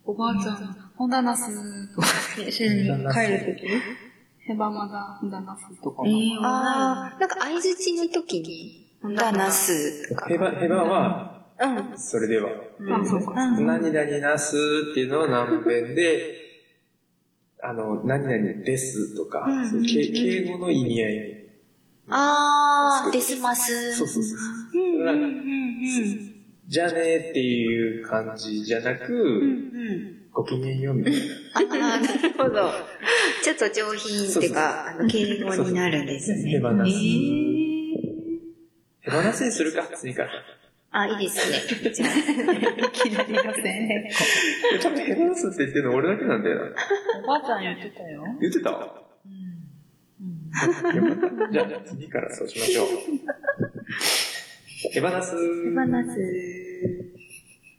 S3: おばあちゃん、ホンダナ スとか。帰るときヘバマダ、ホンダナスとか。
S1: ああ、なんか相づちの時に、ダナスとか。
S2: ヘバ、ヘバは、
S1: うん。
S2: それでは。
S3: あ、そうか。
S2: 何々なすっていうのは何弁で、あの、何々ですとか、
S1: うん
S2: そうけ敬語の意味合い。
S1: ああ、デスマス。
S2: そうそうそうそう。
S1: うんうんうん
S2: じゃねーっていう感じじゃなく、
S1: うん。
S2: ごきげんようみたいな。
S1: ああー、なるほど。ちょっと上品っていうか、あの敬語になるんですね。
S2: ヘバナス
S1: えー
S2: ヘバナスにするか、次から。
S1: あ、いいですね。じゃあ。
S2: ちょっとヘバナスって言ってるの俺だけなんだよな。
S3: おばあちゃん言ってたよ。
S2: 言ってたよかった。 じゃあ、次からそうしましょう。ヘバナス。
S1: デスマス。